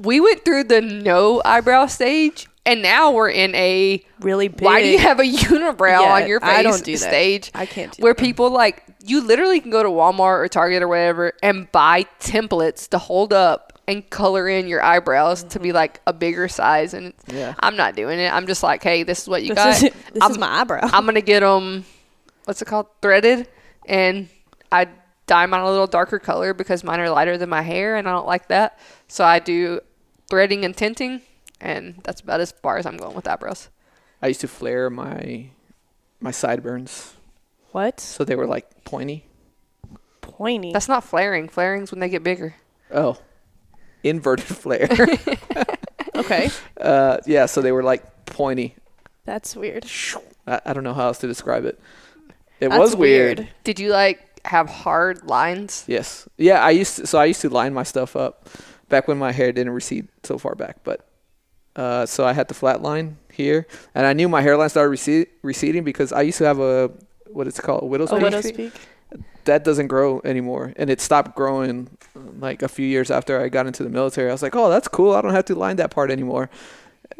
B: we went through the no eyebrow stage, and now we're in a
C: Really big.
B: why do you have a unibrow
C: Yeah,
B: on your face
C: I don't do that.
B: stage?
C: I can't do
B: where
C: that.
B: people like you literally can go to Walmart or Target or whatever and buy templates to hold up and color in your eyebrows to
C: Mm-hmm.
B: be like a bigger size. And
A: Yeah.
B: I'm not doing it. I'm just like, hey, this is what you
C: This,
B: got.
C: is, this
B: I'm,
C: is my eyebrow.
B: I'm gonna get them. What's it called? Threaded, and I dye mine a little darker color because mine are lighter than my hair, and I don't like that. So I do threading and tinting, and that's about as far as I'm going with eyebrows.
A: I used to flare my my sideburns
C: what?
A: so they were like pointy.
C: Pointy.
B: That's not flaring. Flaring's when they get bigger.
A: Oh, inverted flare.
C: okay.
A: uh, yeah, so they were like pointy.
C: That's weird.
A: I, I don't know how else to describe it. It
C: That's
A: was weird.
C: weird.
B: Did you like have hard lines?
A: Yes. Yeah, I used to, so I used to line my stuff up back when my hair didn't recede so far back, but uh, so I had the flat line here, and I knew my hairline started recede, receding because I used to have a what it's called a widow's
C: A
A: peak.
C: widow's peak.
A: That doesn't grow anymore, and it stopped growing like a few years after I got into the military. I was like, oh, that's cool. I don't have to line that part anymore.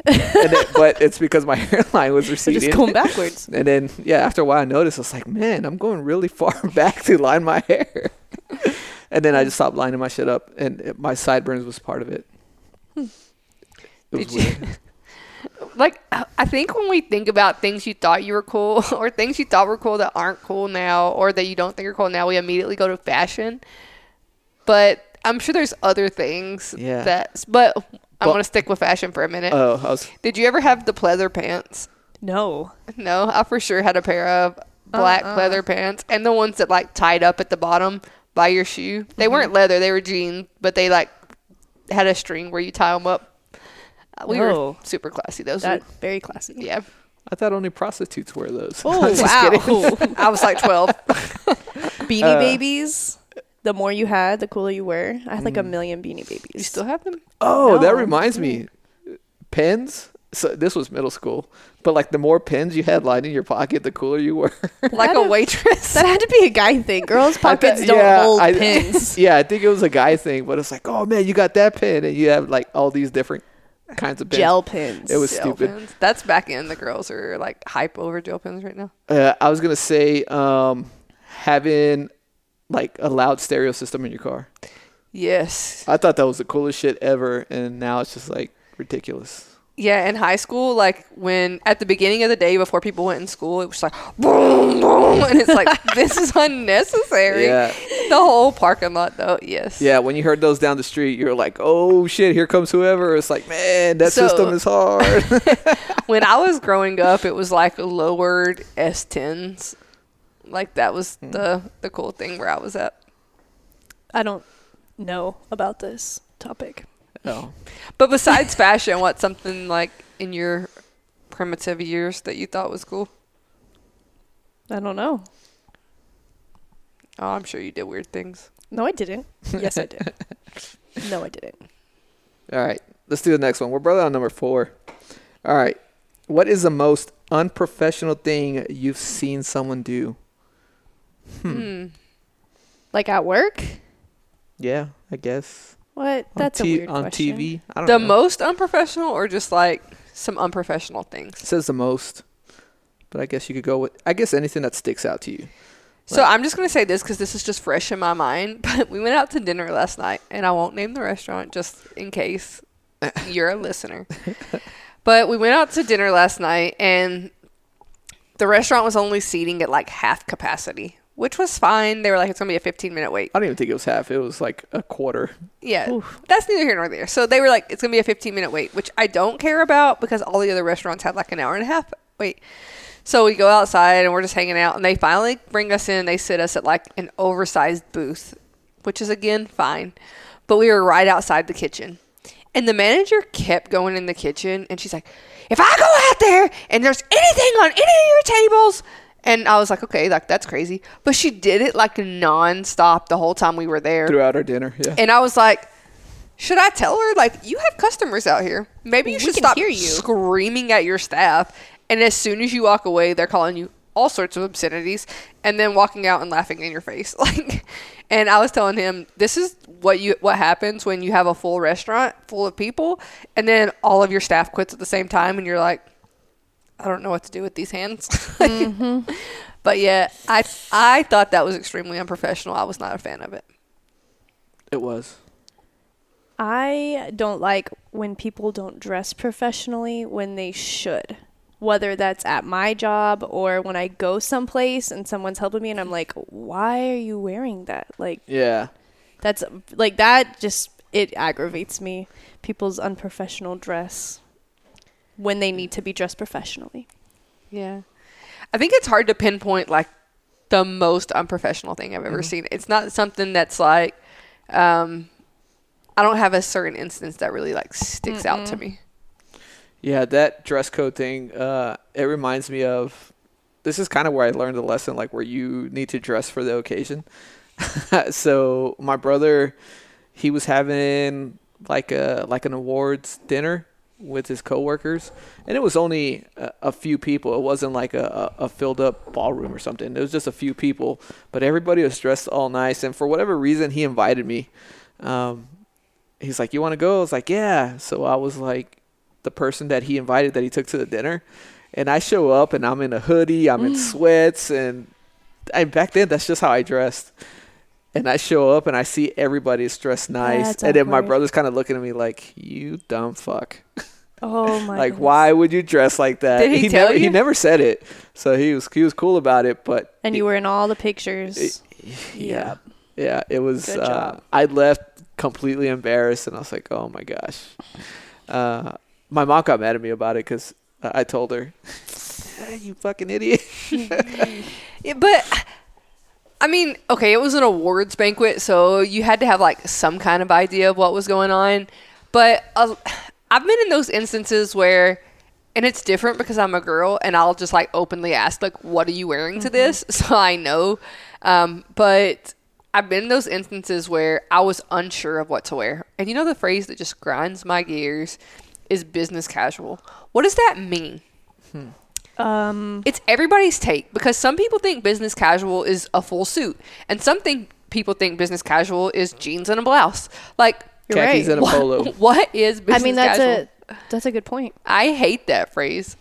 A: and it, but it's because my hairline was
C: So
A: receding.
C: just going backwards.
A: And then, yeah, after a while, I noticed I was like, man, I'm going really far back to line my hair. and then I just stopped lining my shit up, and it, my sideburns was part of it.
C: Hmm.
A: It was
B: Did you-
A: weird.
B: Like I I think when we think about things you thought you were cool or things you thought were cool that aren't cool now or that you don't think are cool now, we immediately go to fashion. But I'm sure there's other things
A: Yeah.
B: that's but I'm
A: Well-
B: gonna stick with fashion for a minute.
A: Oh, I was.
B: Did you ever have the pleather pants?
C: No.
B: No, I for sure had a pair of
C: Uh,
B: black leather pants and the ones that like tied up at the bottom by your shoe. They weren't
C: Mm-hmm.
B: leather; they were jeans, but they like had a string where you tie them up. Uh, We
C: Oh.
B: were super classy. Those,
C: That
B: were,
C: very classic.
B: yeah.
A: I thought only prostitutes wear those.
C: Oh
A: I'm just kidding. Uh,
C: wow.
B: I was like twelve.
C: Beanie Babies. The more you had, the cooler you were. I had like a
A: Mm.
C: million Beanie Babies.
B: you still have them?
A: Oh,
C: No,
A: that
C: I'm
A: reminds me. Pens. So this was middle school, but like the more pens you had lying in your pocket, the cooler you were.
B: Like a
C: That-
B: waitress.
C: That had to be a guy thing.
A: I
C: Girls'
A: bet-
C: pockets don't hold
A: I-
C: pins.
A: Yeah, I think it was a guy thing, but it's like, oh man, you got that pen, and you have like all these different kinds of pens.
C: Gel pins.
A: It was
B: Gel
A: stupid.
B: pens. That's back in. The girls are like hype over gel pens right now.
A: Uh, I was gonna say um, having like a loud stereo system in your car.
B: Yes.
A: I thought that was the coolest shit ever, and now it's just like ridiculous.
B: Yeah, in high school, like when at the beginning of the day before people went in school, it was like boom, boom, and it's like this is unnecessary.
A: Yeah.
B: The whole parking lot, though. Yes.
A: Yeah, when you heard those down the street, you were like, "Oh shit, here comes whoever!" It's like, man, that
B: So-
A: system is hard.
B: When I was growing up, it was like lowered S10s. Like that was the the cool thing where I was at.
C: I don't know about this topic.
A: no.
B: But besides fashion, what's something like in your primitive years that you thought was cool?
C: I don't know.
B: Oh, I'm sure you did weird things.
C: No, I didn't. Yes, I did. no, I didn't.
A: All right, let's do the next one. We're brother on number four. All right, what is the most unprofessional thing you've seen someone do?
B: Hmm.
C: Like at work?
A: Yeah, I guess On
C: What? That's
A: T-
C: a weird
A: on
C: question.
A: TV. I don't
B: The
A: know.
B: most unprofessional, or just like some unprofessional things.
A: It says the most, but I guess you could go with I guess anything that sticks out to you.
B: So I'm just gonna say this because this is just fresh in my mind. But we went out to dinner last night, and I won't name the restaurant just in case you're a listener. But we went out to dinner last night, and the restaurant was only seating at like half capacity, which was fine. They were like, it's going to be a 15 minute wait.
A: I don't even think it was half. It was like a quarter.
B: Yeah, that's neither here nor there. So they were like, it's going to be a 15 minute wait, which I don't care about because all the other restaurants had like an hour and a half wait. So we go outside and we're just hanging out, and they finally bring us in. They sit us at like an oversized booth, which is again fine, but we were right outside the kitchen. And the manager kept going in the kitchen, and she's like, "If I go out there and there's anything on any of your tables," and I was like, "Okay, like that's crazy," but she did it like nonstop the whole time we were there.
A: throughout our dinner. Yeah.
B: And I was like, should I tell her like you have customers out here? Maybe you
C: We
B: should
C: can
B: stop
C: hear you."
B: screaming at your staff. And as soon as you walk away, they're calling you all sorts of obscenities and then walking out and laughing in your face. Like and I was telling him this is what you what happens when you have a full restaurant full of people and then all of your staff quits at the same time and you're like I don't know what to do with these hands.
C: Mm-hmm.
B: But yeah, I I thought that was extremely unprofessional. I was not a fan of it.
A: it was.
C: I don't like when people don't dress professionally when they should. Whether that's at my job or when I go someplace and someone's helping me and I'm like, "Why are you wearing that?" Like
A: Yeah.
C: that's like that just it aggravates me people's unprofessional dress when they need to be dressed professionally.
B: Yeah. I think it's hard to pinpoint like the most unprofessional thing I've ever seen. It's not something that's like um I don't have a certain instance that really like sticks out to me.
A: Yeah, that dress code thing, uh, it reminds me of this is kind of where I learned the lesson like where you need to dress for the occasion. so my brother he was having like a like an awards dinner with his coworkers and it was only a, a few people it wasn't like a, a, a filled up ballroom or something it was just a few people but everybody was dressed all nice and for whatever reason he invited me um, he's like, "You want to go?" I was like, "Yeah." So I was like, the person that he invited that he took to the dinner, and I show up and I'm in a hoodie, I'm
C: Mm.
A: in sweats, and and back then that's just how I dressed. And I show up and I see everybody's dressed nice,
C: that's
A: and then my
C: awkward.
A: brother's kind of looking at me like, "You dumb fuck."
C: Oh my
A: Like, why would you dress like that?
B: Did he
A: never,
B: tell
A: He
B: you?
A: never said it, so he was he was cool about it. But
C: And you were in all the pictures.
A: yeah. Yeah, it was.
C: Good
A: Uh,
C: job.
A: I left completely embarrassed, and I was like, "Oh my gosh!" Uh, my mom got mad at me about it because I told her, "You fucking idiot!"
B: Yeah, but I mean, okay, it was an awards banquet, so you had to have like some kind of idea of what was going on. But uh, I've been in those instances where, and it's different because I'm a girl, and I'll just like openly ask, like, "What are you wearing to this?" So I know. Um, but I've been in those instances where I was unsure of what to wear, and you know the phrase that just grinds my gears is business casual. What does that mean?
C: Um
B: it's everybody's take because some people think business casual is a full suit, and some think people think business casual is jeans and a blouse. Like
C: You're
A: Khakis
C: right.
A: and a
B: what-
A: polo.
B: what is business
C: I mean that's
B: casual?
C: a that's a good point.
B: I hate that phrase.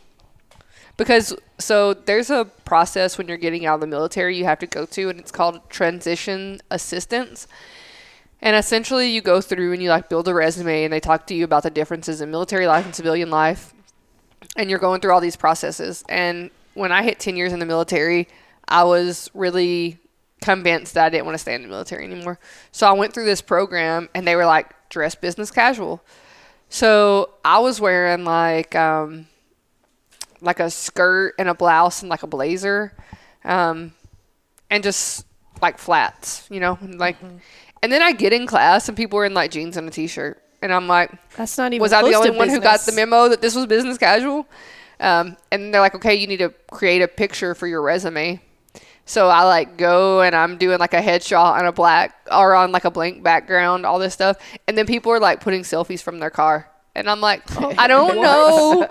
B: Because so there's a process when you're getting out of the military you have to go to and it's called transition assistance. And essentially you go through and you like build a resume and they talk to you about the differences in military life and civilian life. And you're going through all these processes. And when I hit 10 years in the military, I was really convinced that I didn't want to stay in the military anymore. So I went through this program and they were like dress business casual. So I was wearing like um like a skirt and a blouse and like a blazer, um, and just like flats, you know, and, like. And then I get in class and people were in like jeans and a t-shirt, and I'm like,
C: That's not even
B: was I the
C: close
B: only
C: to
B: one who got the
C: business.
B: memo that this was business casual? Um, and they're like, okay, you need to create a picture for your resume. So I like go and I'm doing like a headshot on a black or on like a blank background, all this stuff. And then people are like putting selfies from their car. And I'm like, I don't know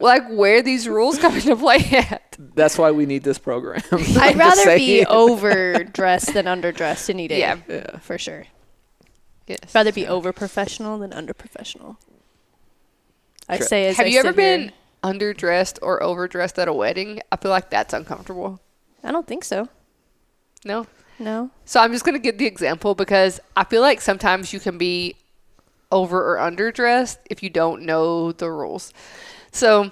B: like where these rules come into play at.
A: That's why we need this program.
C: I'd
A: I'm just
C: rather be
A: saying.
C: overdressed than underdressed any day.
B: Yeah.
A: Yeah.
C: For sure.
B: Yes.
C: Rather be over professional than under professional. I
A: Sure.
C: say as
B: Have
C: I
B: you ever
C: sit here.
B: been underdressed or overdressed at a wedding? I feel like that's uncomfortable.
C: I don't think so.
B: No.
C: No.
B: So I'm just going to give the example because I feel like sometimes you can be over or underdressed if you don't know the rules. So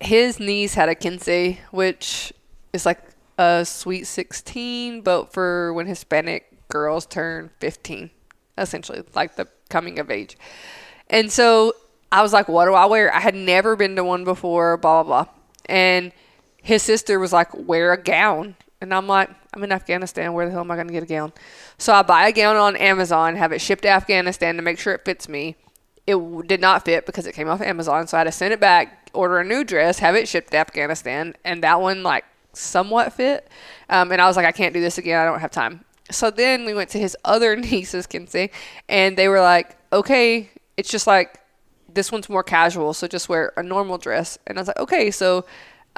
B: his niece had a kinsey, which is like a sweet 16, but for when Hispanic girls turn 15, essentially, like the coming of age. And so I was like, what do I wear? I had never been to one before, blah, blah, blah. And his sister was like, wear a gown. And I'm like, I'm in Afghanistan. Where the hell am I going to get a gown? So I buy a gown on Amazon, have it shipped to Afghanistan to make sure it fits me. It w- did not fit because it came off Amazon. So I had to send it back, order a new dress, have it shipped to Afghanistan. And that one, like, somewhat fit. Um, and I was like, I can't do this again. I don't have time. So then we went to his other niece's Kinsey, and they were like, okay, it's just like this one's more casual, so just wear a normal dress. And I was like, okay. So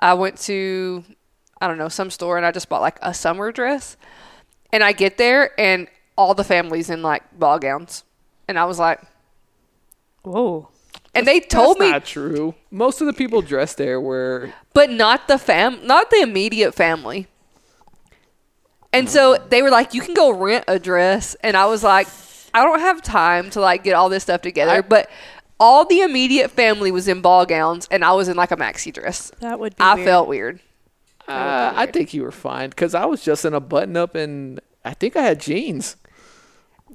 B: I went to, I don't know, some store and I just bought like a summer dress. And I get there and all the families in like ball gowns. And I was like,
C: Whoa.
B: and they told
A: That's
B: me,
A: not true. Most of the people dressed there were
B: but not the fam, not the immediate family. And so
C: Mm.
B: they were like, you can go rent a dress. And I was like, I don't have time to like get all this stuff together. but all the immediate family was in ball gowns and I was in like a maxi dress.
C: That would be
B: I
C: weird.
B: felt weird.
A: Uh, I think you were fine because I was just in a button up and I think I had jeans.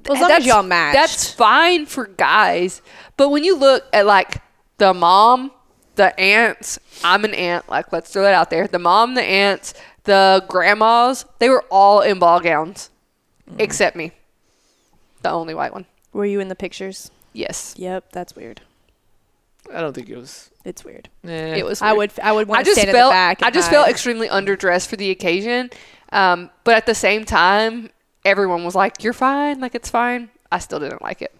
C: Well, as long as y'all matched.
B: That's fine for guys. But when you look at like the mom, the aunts, I'm an aunt, like let's throw that out there. The mom, the aunts, the grandmas, they were all in ball gowns.
C: Mm.
B: Except me. The only white one.
C: Were you in the pictures?
B: Yes.
C: Yep, that's weird.
A: I don't think it was.
C: It's weird.
A: Eh.
B: It was
C: I
B: weird.
C: would I would want
B: I
C: to
B: just
C: stand
B: felt
C: in the back.
B: I
C: and
B: just
C: hide.
B: felt extremely underdressed for the occasion. Um, but at the same time, everyone was like, "You're fine, like it's fine." I still didn't like it,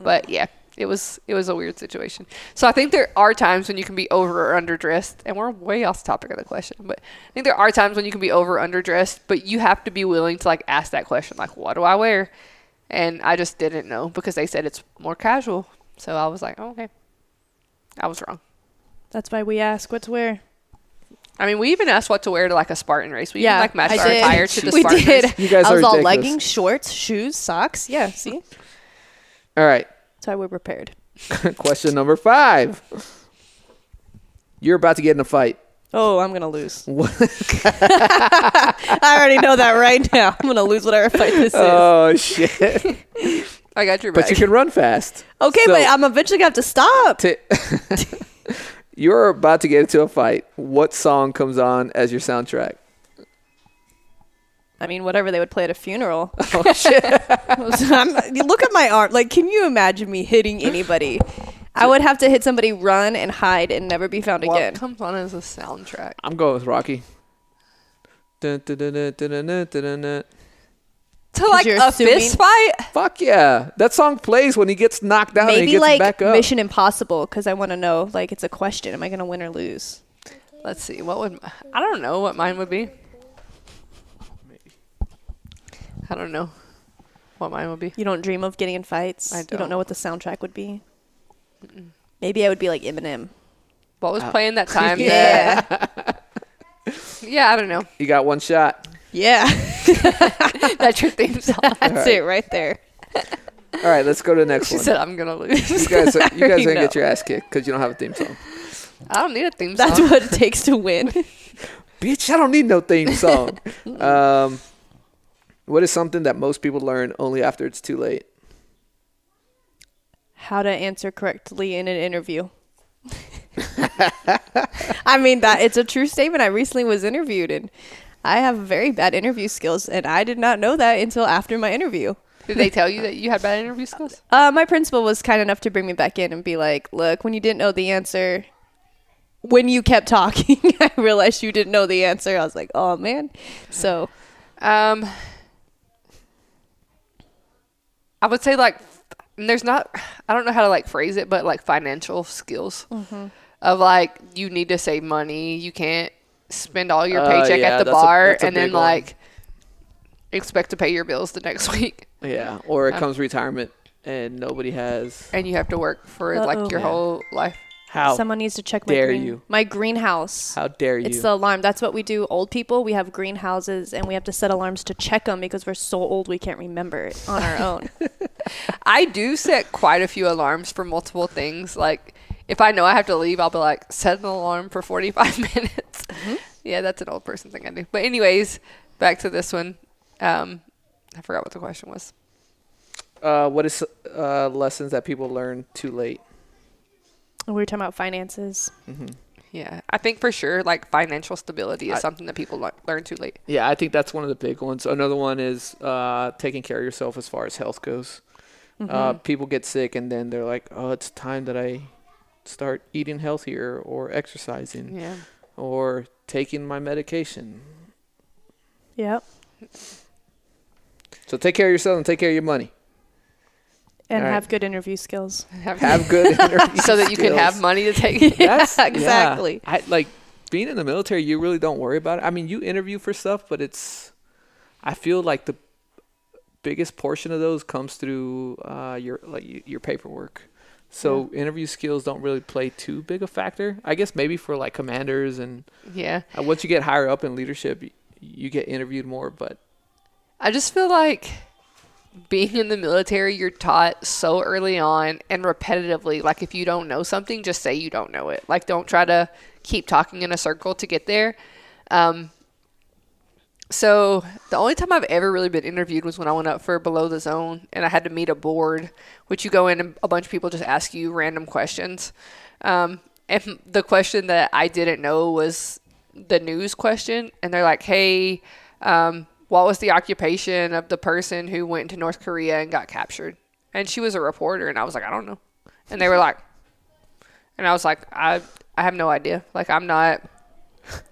C: Mm.
B: but yeah, it was it was a weird situation. So I think there are times when you can be over or underdressed, and we're way off the topic of the question, but I think there are times when you can be over or underdressed, but you have to be willing to like ask that question, like, "What do I wear?" And I just didn't know because they said it's more casual, so I was like, oh, "Okay, I was wrong."
C: That's why we ask what to wear.
B: I mean, we even asked what to wear to like a Spartan race. We even like matched
C: I
B: our
C: did.
B: attire to the
C: we
B: Spartan
C: did.
B: race.
A: You guys
C: I
A: are
C: was all
A: ridiculous.
C: leggings, shorts, shoes, socks. Yeah, see?
A: All right.
C: That's why we're prepared.
A: Question number five. You're about to get in a fight.
C: Oh, I'm gonna lose. I already know that right now. I'm gonna lose whatever fight this is.
A: Oh shit!
B: I got your back.
A: But you can run fast.
C: Okay,
A: so-
C: but I'm eventually gonna have to stop.
A: T- You're about to get into a fight. What song comes on as your soundtrack?
C: I mean, whatever they would play at a funeral.
A: Oh shit!
C: I'm- look at my arm. Like, can you imagine me hitting anybody? I would have to hit somebody, run and hide, and never be found
B: what
C: again.
B: comes on as a soundtrack?
A: I'm going with Rocky. Dun, dun, dun, dun, dun, dun, dun, dun, dun.
B: To like
C: you're
B: a
C: assuming-
B: fist fight?
A: Fuck yeah! That song plays when he gets knocked down and he
C: Maybe
A: gets
C: like
A: back up.
C: Mission Impossible, because I want to know. Like, it's a question: Am I gonna win or lose?
B: Let's see. What would I don't know what mine would be. I don't know what mine would be.
C: You don't dream of getting in fights.
B: I
C: You
B: don't.
C: don't know what the soundtrack would be. Maybe I would be like Eminem.
B: What was playing that time? that-
C: Yeah,
B: yeah. I don't know.
A: You got one shot.
C: yeah.
B: That's your theme song.
C: That's it right there.
A: All right, let's go to the next
B: she
A: one.
B: said, "I'm gonna lose."
A: You guys, are, you guys
C: already
A: are gonna get
C: know.
A: your ass kicked because you don't have a theme song.
B: I don't need a theme
C: That's
B: song.
C: what it takes to win.
A: Bitch, I don't need no theme song. um, what is something that most people learn only after it's too late?
C: How to answer correctly in an interview. I mean that it's a true statement. I recently was interviewed and I have very bad interview skills and I did not know that until after my interview.
B: Did they tell you that you had bad interview skills?
C: Uh, my principal was kind enough to bring me back in and be like, "Look, when you didn't know the answer, when you kept talking, I realized you didn't know the answer." I was like, "Oh man." So,
B: Um, I would say like f- there's not I don't know how to like phrase it, but like financial skills of like you need to save money, you can't spend all your
A: Uh,
B: paycheck
A: yeah,
B: at the
A: that's a-
B: bar
A: that's a
B: and then
A: big one.
B: like expect to pay your bills the next week
A: Yeah, or it comes retirement and nobody has
B: and you have to work for like your
A: Uh-oh. Yeah.
B: whole life.
A: how
C: someone needs to check my
A: dare
C: green-
A: you.
C: my greenhouse.
A: how dare you?
C: It's the alarm. That's what we do, old people. We have greenhouses and we have to set alarms to check them because we're so old we can't remember it on our own.
B: I do set quite a few alarms for multiple
A: Mm-hmm.
B: things. Like if I know I have to leave, I'll be like set an alarm for 45 minutes. Yeah, that's an old person thing I do. But anyways, back to this one. Um, I forgot what the question was.
A: Uh, what is uh, lessons that people learn too late?
C: We were talking about finances.
B: Yeah, I think for sure like financial stability is
A: I-
B: something that people le- learn too late.
A: Yeah, I think that's one of the big ones. Another one is uh, taking care of yourself as far as health goes. Uh, people get sick and then they're like, "Oh, it's time that I start eating healthier or exercising
B: Yeah.
A: or taking my medication."
C: Yep.
A: So take care of yourself and take care of your money.
C: And
A: All right.
C: have good interview skills.
A: Have good interview
B: so that you can have
A: skills.
B: money to take.
A: That's- yeah.
B: exactly.
A: I like being in the military. You really don't worry about it. I mean, you interview for stuff, but it's. I feel like the biggest portion of those comes through uh, your like y- your paperwork. So interview skills don't really play too big a factor. I guess maybe for like commanders and
B: yeah.
A: uh, once you get higher up in leadership, y- you get interviewed more. But
B: I just feel like being in the military, you're taught so early on and repetitively. Like, if you don't know something, just say you don't know it. Like, don't try to keep talking in a circle to get there. Um, so, the only time I've ever really been interviewed was when I went up for Below the Zone and I had to meet a board, which you go in and a bunch of people just ask you random questions. Um, and the question that I didn't know was the news question. And they're like, hey, um, what was the occupation of the person who went to North Korea and got captured? And she was a reporter. And I was like, I don't know. And they were like, and I was like, I, I have no idea. Like, I'm not.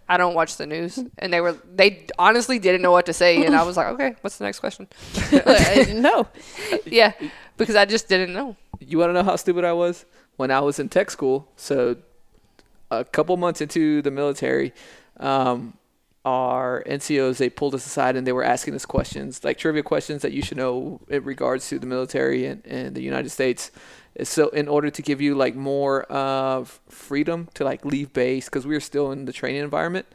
B: I don't watch the news, and they were they honestly didn't know what to say, and I was like, okay, what's the next question?
A: Uh,
C: no.
B: yeah, because I just didn't know.
A: you want to know how stupid I was when I was in tech school. So a couple months into the military, um, our NCOs they pulled us aside and they were asking us questions like trivia questions that you should know in regards to the military and, and the United States. So in order to give you like more of freedom to like leave base because we were still in the training environment.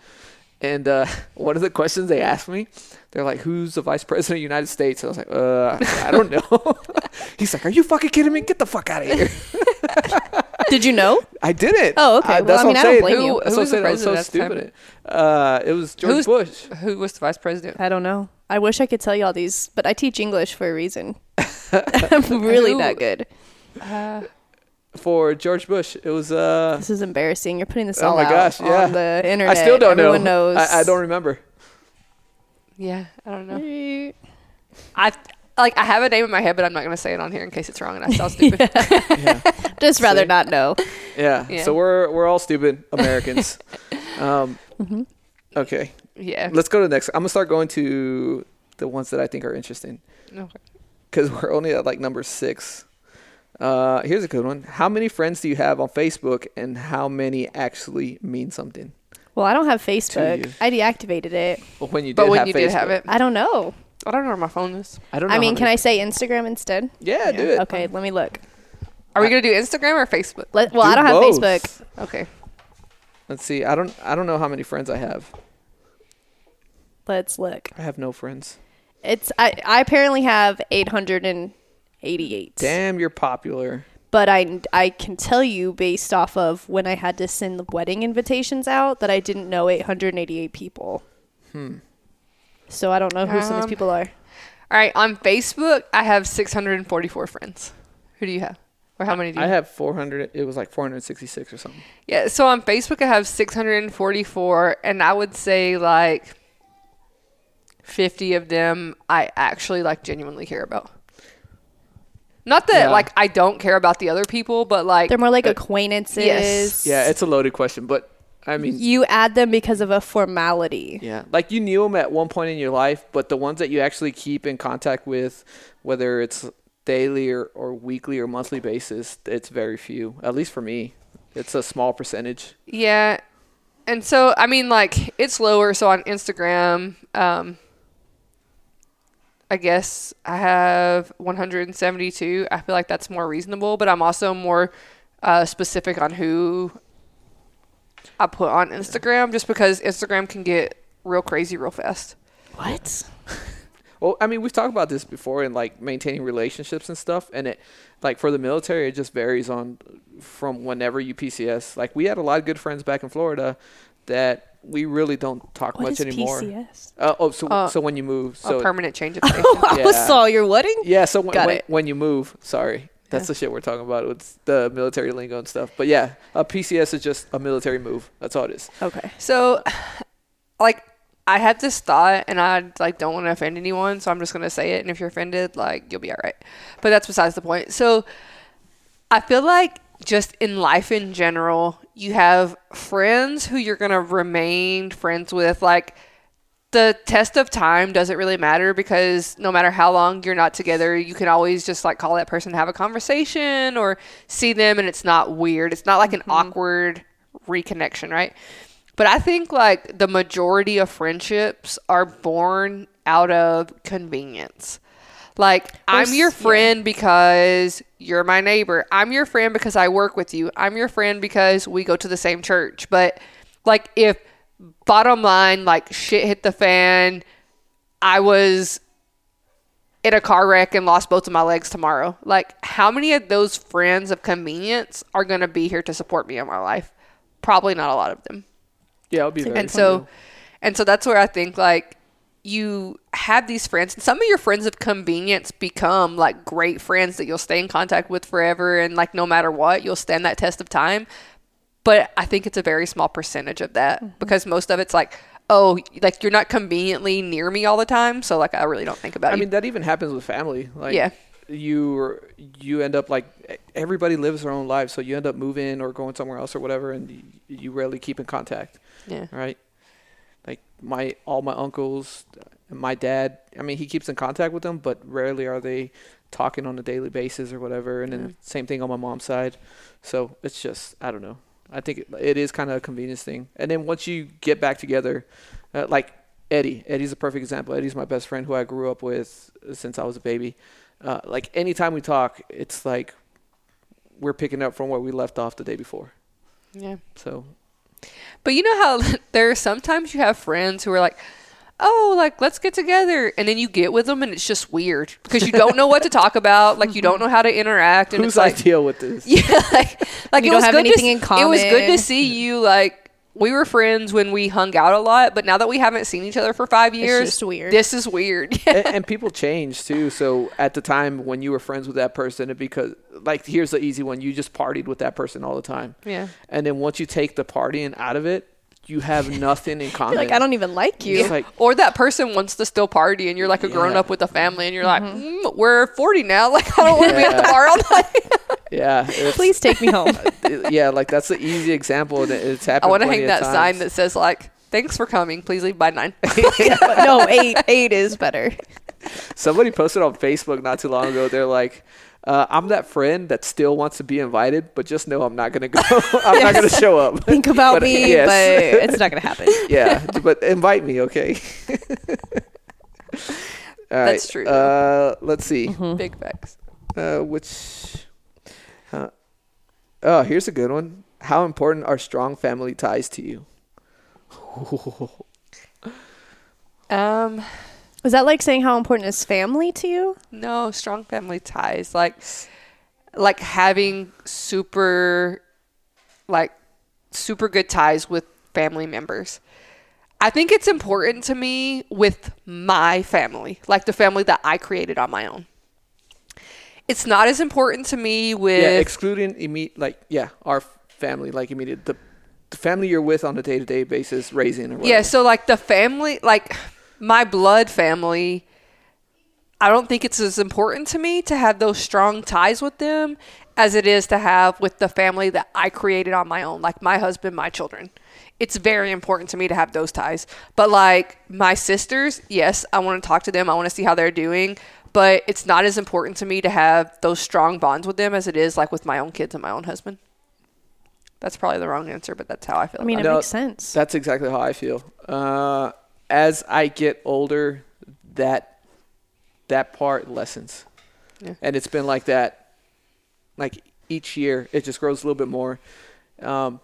A: And uh, one of the questions they asked me, they're like, "Who's the vice president of the United States?" And I was like, "Uh, I don't know." He's like, "Are you fucking kidding me? Get the fuck out of here!"
C: Did you know?
A: I didn't.
C: Oh, okay.
A: I,
C: Well,
A: that's what
C: I mean, I don't
A: I'm saying.
C: blame you.
A: That's
B: Who
A: what I'm
B: was the
A: saying. That was so
B: president at the
A: stupid. Uh, it was George
B: Who's-
A: Bush.
B: Who was the vice president?
C: I don't know. I wish I could tell you all these, but I teach English for a reason. I'm really not good.
B: Uh,
A: For George Bush, it was. Uh,
C: This is embarrassing. You're putting this
A: Oh
C: all
A: my gosh,
C: out
A: yeah.
C: on the internet.
A: I still don't
C: Everyone
A: know.
C: knows.
A: I, I don't remember.
B: yeah, I don't know.
C: don't.
B: I like I have a name in my head, but I'm not gonna say it on here in case it's wrong and I sound stupid.
A: Yeah.
C: Just rather
A: See?
C: not know.
A: yeah.
B: Yeah.
A: So we're we're all stupid Americans. um,
C: Mhm.
A: Okay.
B: yeah.
A: Let's go to the next. I'm gonna start going to the ones that I think are interesting
B: Okay.
A: because we're only at like number six. Uh, here's a good one. How many friends do you have on Facebook, and how many actually mean something?
C: Well, I don't have
A: you.
C: Facebook. I deactivated it.
A: Well, when you did
B: But when
A: have
B: you
A: Facebook,
B: did have it,
C: I don't know.
B: I don't know where my phone is.
A: I don't know.
C: I
A: how
C: mean, can
A: many-
C: I say Instagram instead?
A: Yeah, do it.
C: Okay, let me look.
B: Are we gonna do Instagram or Facebook?
C: Let, well, I
A: Do
C: don't have
A: both.
C: Facebook.
B: Okay.
A: Let's see. I don't. I don't know how many friends I have.
C: Let's look.
A: I have no friends.
C: It's I, I apparently have 888.
A: Damn, you're popular.
C: But I I can tell you based off of when I had to send the wedding invitations out that I didn't know 888 people. Hmm. So I don't know who some
B: Um,
C: of these people are.
B: All right. On Facebook, I have 644 friends. Who do you have? Or how many do you
A: I have 400. It was like 466 or something.
B: Yeah, so on Facebook I have 644 and I would say like 50 of them I actually like genuinely care about. Not that
A: Yeah.
B: like I don't care about the other people, but like
C: They're more like acquaintances.
B: Yes.
A: uh, Yeah, it's a loaded question, but I mean,
C: you add them because of a formality.
A: yeah, like you knew them at one point in your life, but the ones that you actually keep in contact with, whether it's daily or, or weekly or monthly basis, it's very few. At least for me, it's a small percentage.
B: yeah. And so I mean like it's lower so on Instagram um I guess I have 172. I feel like that's more reasonable, but I'm also more uh, specific on who I put on Instagram just because Instagram can get real crazy real fast.
C: What?
A: Well, I mean, we've talked about this before in like maintaining relationships and stuff, and it like for the military, it just varies on from whenever you PCS. Like we had a lot of good friends back in Florida that we really don't talk
C: What
A: much
C: is
A: anymore.
C: PCS?
A: Uh, oh, so
B: Uh,
A: so when you move, so
B: a permanent change of station.
A: I was Yeah. saw
C: your wedding.
A: yeah, so when,
C: Got
A: when,
C: it.
A: when you move, sorry, that's the shit we're talking about. It's the military lingo and stuff. But yeah, a PCS is just a military move. That's all it is.
C: Okay.
B: So, like, I had this thought, and I like don't want to offend anyone, so I'm just gonna say it. And if you're offended, like, you'll be all right. But that's besides the point. So, I feel like just in life in general, you have friends who you're gonna remain friends with, like. The test of time doesn't really matter because no matter how long you're not together, you can always just like call that person, have a conversation, or see them, and it's not weird. It's not like an awkward reconnection, right? But I think like the majority of friendships are born out of convenience. Like I'm your friend because you're my neighbor. I'm your friend because I work with you. I'm your friend because we go to the same church. But like if bottom line like shit hit the fan, I was in a car wreck and lost both of my legs tomorrow. Like, how many of those friends of convenience are going to be here to support me in my life? Probably not a lot of them.
A: Yeah, it'll be very.
B: And so, and so that's where I think like you have these friends, and some of your friends of convenience become like great friends that you'll stay in contact with forever, and like no matter what, you'll stand that test of time. But I think it's a very small percentage of that
A: Mm-hmm.
B: because most of it's like, oh, like you're not conveniently near me all the time, so like I really don't think about
A: I
B: you.
A: mean, that even happens with family. Like,
B: Yeah.
A: You you end up like e, everybody lives their own lives, so you end up moving or going somewhere else or whatever, and you, you rarely keep in contact.
B: yeah.
A: right? Like my all my uncles, my dad. I mean, he keeps in contact with them, but rarely are they talking on a daily basis or whatever. And then same thing on my mom's side. So it's just I don't know. I think it, it is kind of a convenience thing. And then once you get back together, uh, like Eddie, Eddie's a perfect example. Eddie's my best friend who I grew up with since I was a baby. Uh, like anytime we talk, it's like we're picking up from where we left off the day before.
B: Yeah.
A: So
B: But you know how there are sometimes you have friends who are like, oh, like let's get together, and then you get with them, and it's just weird because you don't know what to talk about, like you don't know how to interact, and
A: whose
B: it's like,
A: idea with this?
B: yeah, like, like
C: You
B: it
C: don't
B: was
C: have
B: good to
C: anything
B: s-
C: in
B: It was good to
C: common.
B: see you. Like we were friends when we hung out a lot, but now that we haven't seen each other for five years,
C: just weird.
B: This is weird.
A: and, and people change too. So at the time when you were friends with that person, it because like here's the easy one: you just partied with that person all the time.
B: Yeah.
A: And then once you take the partying out of it, you have nothing in common.
C: Like I don't even like you.
A: It's like
B: or that person wants to still party, and you're like a grown
A: Yeah.
B: up with a family, and you're
C: Mm-hmm.
B: like, mm, we're 40 now. Like I don't want to be at the bar all night.
A: yeah, it's-
C: Please take me home.
A: it- yeah, like that's the easy example. And it- it's happened.
B: I want to
A: plenty
B: hang
A: of
B: that
A: times.
B: sign that says like, "Thanks for coming. Please leave by 9.
C: But no, eight eight is better.
A: Somebody posted on Facebook not too long ago. They're like. Uh, I'm that friend that still wants to be invited, but just know I'm not gonna go. I'm not gonna show up.
C: Think about
A: But, uh,
C: me,
A: yes.
C: but it's not gonna happen.
A: yeah, but invite me, okay? All
B: That's
A: right,
B: true, Mm-hmm.
A: Uh, let's see.
B: Big facts.
A: Uh, which. Uh, oh, here's a good one. How important are strong family ties to you?
B: Um,
C: Is that like saying how important is family to you?
B: no strong family ties, like, like having super, like, super good ties with family members. I think it's important to me with my family, like the family that I created on my own. It's not as important to me with
A: yeah, excluding immediate, like yeah, our family, like immediate the, the family you're with on a day to day basis, raising or whatever.
B: Yeah, so like the family, like my blood family, I don't think it's as important to me to have those strong ties with them as it is to have with the family that I created on my own, like my husband, my children. It's very important to me to have those ties. But like my sisters, yes, I want to talk to them, I want to see how they're doing. But it's not as important to me to have those strong bonds with them as it is like with my own kids and my own husband. That's probably the wrong answer, but that's how I feel.
C: I mean,
B: about
C: it
A: No,
C: makes sense.
A: That's exactly how I feel. Uh, as I get older, that that part lessens,
B: Yeah.
A: and it's been like that. Like each year, it just grows a little bit more. Um,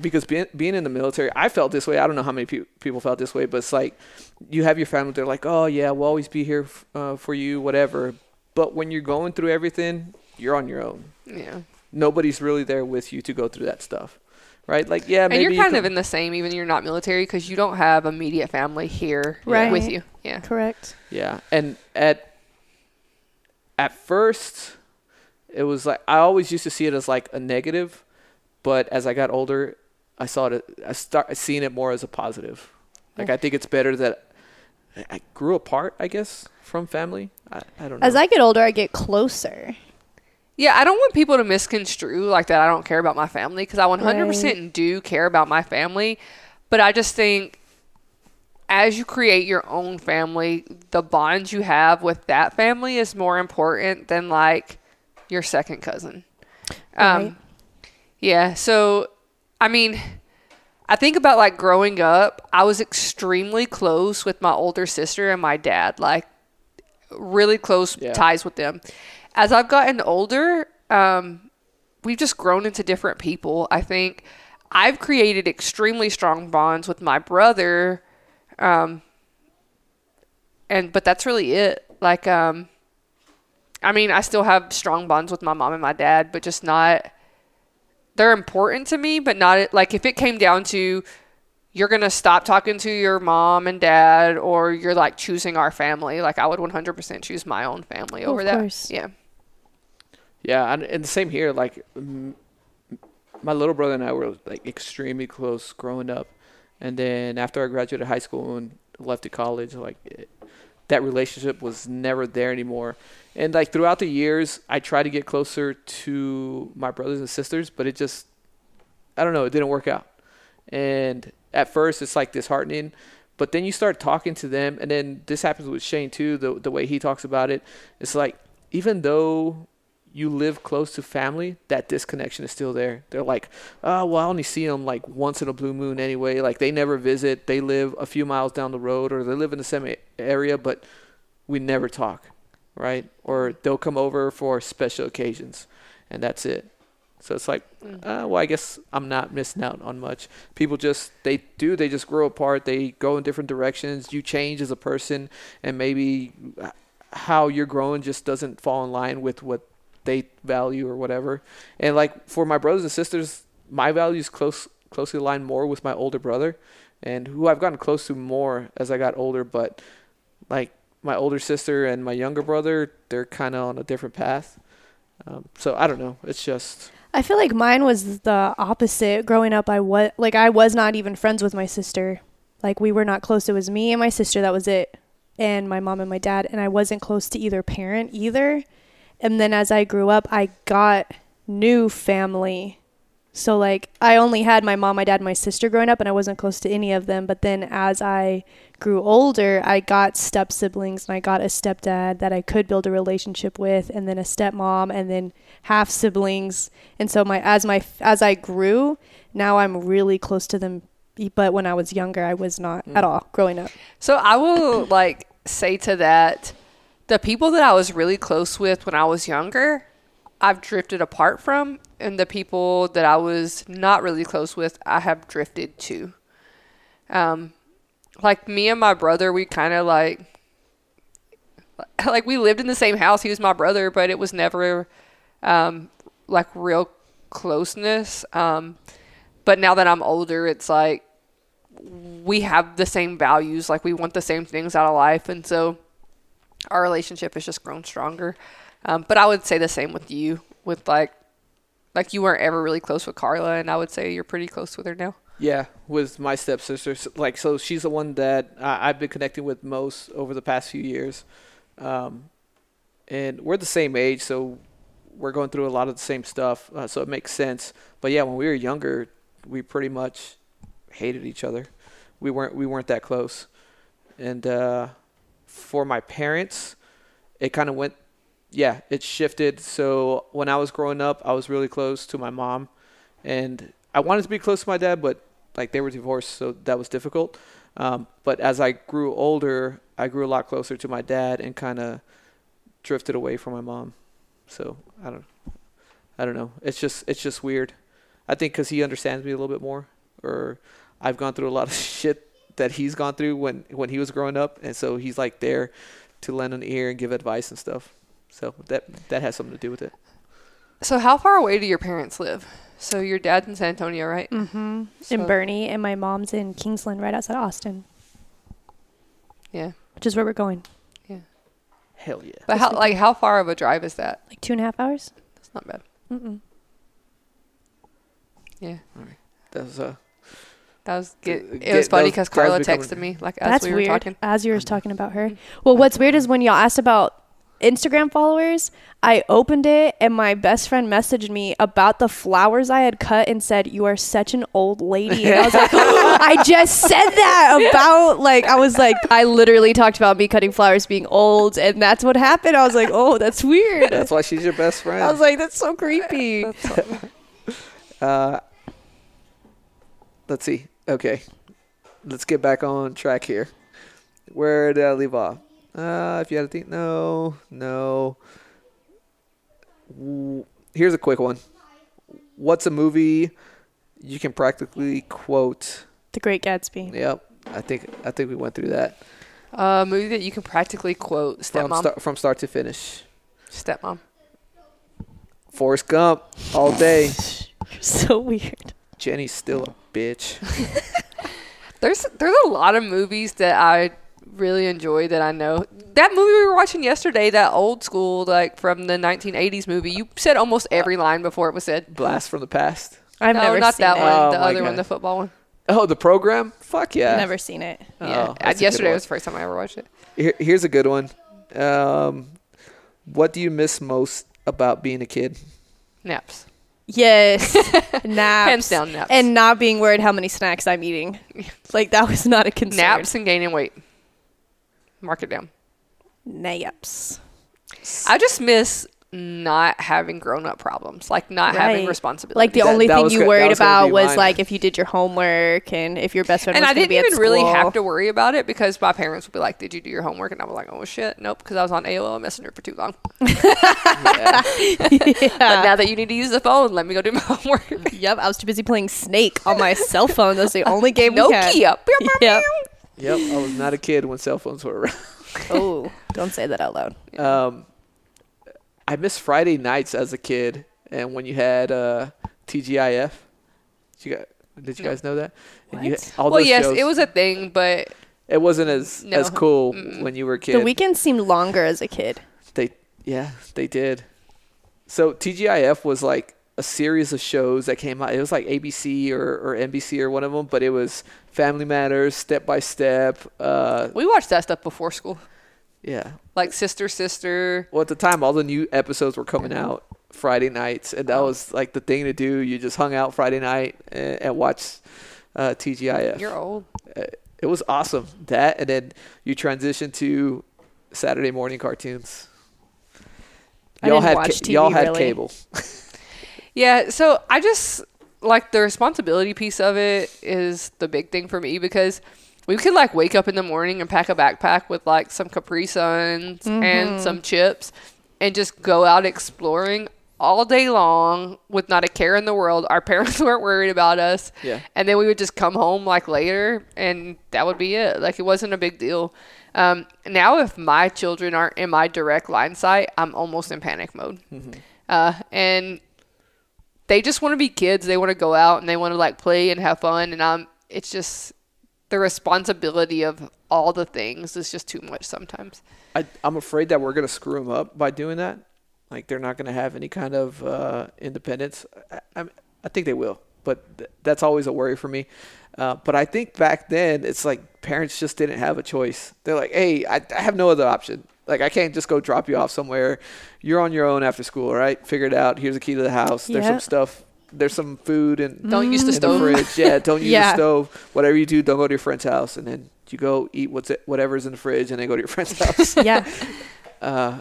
A: because being being in the military, I felt this way. I don't know how many peop people felt this way, but it's like you have your family. They're like, "Oh yeah, we'll always be here f- uh, for you, whatever." But when you're going through everything, you're on your own
B: it. yeah.
A: nobody's really there with you to go through that stuff right? Like, yeah,
B: and
A: maybe
B: you're
A: you
B: kind
A: could-
B: of in the same, even you're not military, because you don't have immediate family here
C: Right.
B: with you. Yeah.
C: Correct.
A: Yeah, and at at first, it was like I always used to see it as like a negative, but as I got older, I saw it. I start seeing it more as a positive. Like I think it's better that I- I grew apart. I guess from family. I, I don't know.
C: As I get older, I get closer.
B: Yeah, I don't want people to misconstrue like that. I don't care about my family because I 100%
C: Right.
B: do care about my family. But I just think as you create your own family, the bonds you have with that family is more important than like your second cousin. Um,
C: Right.
B: Yeah. So, I mean, I think about like growing up, I was extremely close with my older sister and my dad, like really close
A: Yeah.
B: ties with them. As I've gotten older, um, we've just grown into different people. I think I've created extremely strong bonds with my brother. Um, and, but that's really it. Like, um, I mean, I still have strong bonds with my mom and my dad, but just not. They're important to me, but not like if it came down to you're gonna stop talking to your mom and dad, or you're like choosing our family. Like I would 100% choose my own family
C: Of
B: over that.
C: course.
B: Yeah.
A: Yeah, and, and the same here. Like, m- my little brother and I were like extremely close growing up, and then after I graduated high school and left to college, like it, that relationship was never there anymore. And like throughout the years, I tried to get closer to my brothers and sisters, but it just, I don't know, it didn't work out. And at first, it's like disheartening. But then you start talking to them, and then this happens with Shane too. The the way he talks about it, it's like even though you live close to family, that disconnection is still there. They're like, oh, well, I only see them like once in a blue moon anyway. Like they never visit. They live a few miles down the road or they live in the same a- area, but we never talk, right? Or they'll come over for special occasions and that's it. So it's like, uh, well, I guess I'm not missing out on much. People just, they do, they just grow apart. They go in different directions. You change as a person, and maybe uh, how you're growing just doesn't fall in line with what they value or whatever. And like for my brothers and sisters, my values close closely align more with my older brother and who I've gotten close to more as I got older, but like my older sister and my younger brother, they're kind of on a different path. Um, so I don't know. It's just
C: I feel like mine was the opposite. Growing up, I was like I was not even friends with my sister. Like we were not close. It was me and my sister. That was it. And my mom and my dad. And I wasn't close to either parent either. And then as I grew up, I got new family. So like I only had my mom, my dad, and my sister growing up, and I wasn't close to any of them. But then as I grew older, I got step siblings and I got a stepdad that I could build a relationship with, and then a stepmom, and then half siblings. And so my as my as I grew, now I'm really close to them. But when I was younger, I was not at all growing up.
B: So I will like say to that, the people that I was really close with when I was younger, I've drifted apart from, and the people that I was not really close with, I have drifted to. Um, like me and my brother, we kind of like, like we lived in the same house. He was my brother, but it was never, um, like real closeness. Um, but now that I'm older, it's like we have the same values like we want the same things out of life and so our relationship has just grown stronger um, but i would say the same with you with like like you weren't ever really close with carla and i would say you're pretty close with her now
A: yeah, with my stepsister. S- Like so, she's the one that I, I've been connecting with most over the past few years, um, and we're the same age, so we're going through a lot of the same stuff. Uh, so it makes sense. But yeah, when we were younger, we pretty much hated each other. We weren't we weren't that close, and uh, for my parents, it kind of went. Yeah, it shifted. So when I was growing up, I was really close to my mom, and I wanted to be close to my dad, but like they were divorced, so that was difficult. Um, but as I grew older, I grew a lot closer to my dad and kind of drifted away from my mom. So I don't, I don't know. It's just it's just weird. I think because he understands me a little bit more, or I've gone through a lot of shit that he's gone through when when he was growing up, and so he's like there to lend an ear and give advice and stuff. So that that has something to do with it.
B: so how far away do your parents live So your dad's in San Antonio, right?
C: Mm-hmm.
B: So-
C: And Bernie and my mom's in Kingsland, right outside Austin,
B: Yeah.
C: which is where we're going.
A: Hell yeah.
B: But
C: Yes,
B: how
C: we
B: like how far of a drive is that?
C: Like two and a half hours.
B: That's not bad.
C: Mm-mm.
B: Yeah.
A: That was uh,
B: That was get,
A: Uh,
B: it
A: get-
B: was funny
A: that was-
B: because
A: that was
B: Carla
A: becoming-
B: texted me like as
C: That's
B: we were
C: weird.
B: talking.
C: As you were talking about her. Well, what's weird is when y'all asked about Instagram followers, I opened it and my best friend messaged me about the flowers I had cut and said, "You are such an old lady." And I was like, "Oh, "I just said that about like I was like I literally talked about me cutting flowers being old, and that's what happened." I was like, "Oh, that's weird."
A: that's why she's your best friend.
C: I was like, "That's so creepy."
A: Uh, let's see. Okay, let's get back on track here. Where did I leave off? Uh, if you had to think, no, no. W- Here's a quick one. What's a movie you can practically quote?
C: The Great Gatsby.
A: Yep, I think I think we went through that
B: A Uh, movie that you can practically quote
A: from
B: stepmom.
A: start, from start to finish.
B: stepmom.
A: Forrest Gump all day.
C: You're so weird.
A: Jenny's still a bitch.
B: There's there's a lot of movies that I really enjoy that I know. That movie we were watching yesterday, that old school like from the 1980s movie. You said almost every line before it was said.
A: Blast from the past.
C: I've
B: no,
C: never
B: not
C: seen
B: that
C: it.
B: one.
A: Oh,
B: the
A: my
B: other one,
A: God.
B: the football one.
A: Oh, the program. Fuck yeah.
C: Never seen it.
B: Yeah.
A: Oh, that's a good
B: yesterday
A: one.
B: was the first time I ever watched it.
A: Here, here's a good one. Um, what do you miss most about being a kid?
B: Naps.
C: Yes. naps.
B: Hands down, naps.
C: And not being worried how many snacks I'm eating. Like that was not a concern.
B: Naps and gaining weight. Mark it down.
C: Naps.
B: I just miss not having grown up problems, like not having
C: Right.
B: responsibilities.
C: Like the
A: That-
C: only
A: that
C: thing
A: was
C: you
A: go- that
C: worried
A: was gonna
C: about
A: be
C: was
A: mine.
C: like if you did your homework and if your best friend
B: and
C: was
B: I
C: going to
B: didn't
C: be at
B: even really have
C: school.
B: to worry about it because my parents would be like, "Did you do your homework?" And I was like, "Oh shit, nope," because I was on AOL Messenger for too long.
C: Ah.
B: But now that you need to use the phone, let me go do my homework.
C: Yep, I was too busy playing Snake on my cell phone. That's the only game we had.
B: Nokia.
C: Yep.
A: Yep, I was not a kid when cell phones were
C: Oh, don't say that out loud.
A: around. Um, I miss Friday nights as a kid, and when you had uh, TGIF. Did you guys, did you
B: No.
A: guys know that? And you,
C: What?
A: all
B: well,
A: those
B: yes,
A: shows,
B: it was a thing, but
A: It wasn't as
B: No.
A: as cool when you were a kid.
C: The weekends seemed longer as a kid.
A: They yeah, they did. So TGIF was like a series of shows that came out. It was like ABC or, or NBC or one of them, but it was Family Matters, Step by Step. Uh,
B: we watched that stuff before school,
A: yeah.
B: like Sister Sister.
A: Well, at the time, all the new episodes were coming out Friday nights, and that was like the thing to do. You just hung out Friday night and, and watched uh, TGIF.
B: You're old.
A: Uh, it was awesome. That and then you transitioned to Saturday morning cartoons.
C: I
A: Y'all
C: didn't
A: had
C: watch
A: ca- y'all
C: TV
A: had
C: really.
A: cable.
B: Yeah, so I just like the responsibility piece of it is the big thing for me because we could like wake up in the morning and pack a backpack with like some Capri Suns and some chips and just go out exploring all day long with not a care in the world. Our parents weren't worried about us.
A: Yeah.
B: And then we would just come home like later and that would be it. Like it wasn't a big deal. Um, now, if my children aren't in my direct line sight, I'm almost in panic mode. Uh, and they just want to be kids. They want to go out and they want to like play and have fun. And I'm, it's just the responsibility of all the things is just too much sometimes.
A: I, I'm afraid that we're going to screw them up by doing that. Like they're not going to have any kind of uh, independence. I, I, I think they will, but th- that's always a worry for me. Uh, but I think back then it's like parents just didn't have a choice. They're like, hey, I, I have no other option. Like I can't just go drop you off somewhere. You're on your own after school, all right? Figure it out. Here's the key to the house. There's
C: Yeah.
A: some stuff. There's some food and
B: Don't use the
A: Mm. in
B: stove.
A: fridge. Yeah, don't use the
C: Yeah.
A: stove. Whatever you do, don't go to your friend's house. And then you go eat what's whatever's in the fridge, and then go to your friend's house
C: Yeah.
A: uh,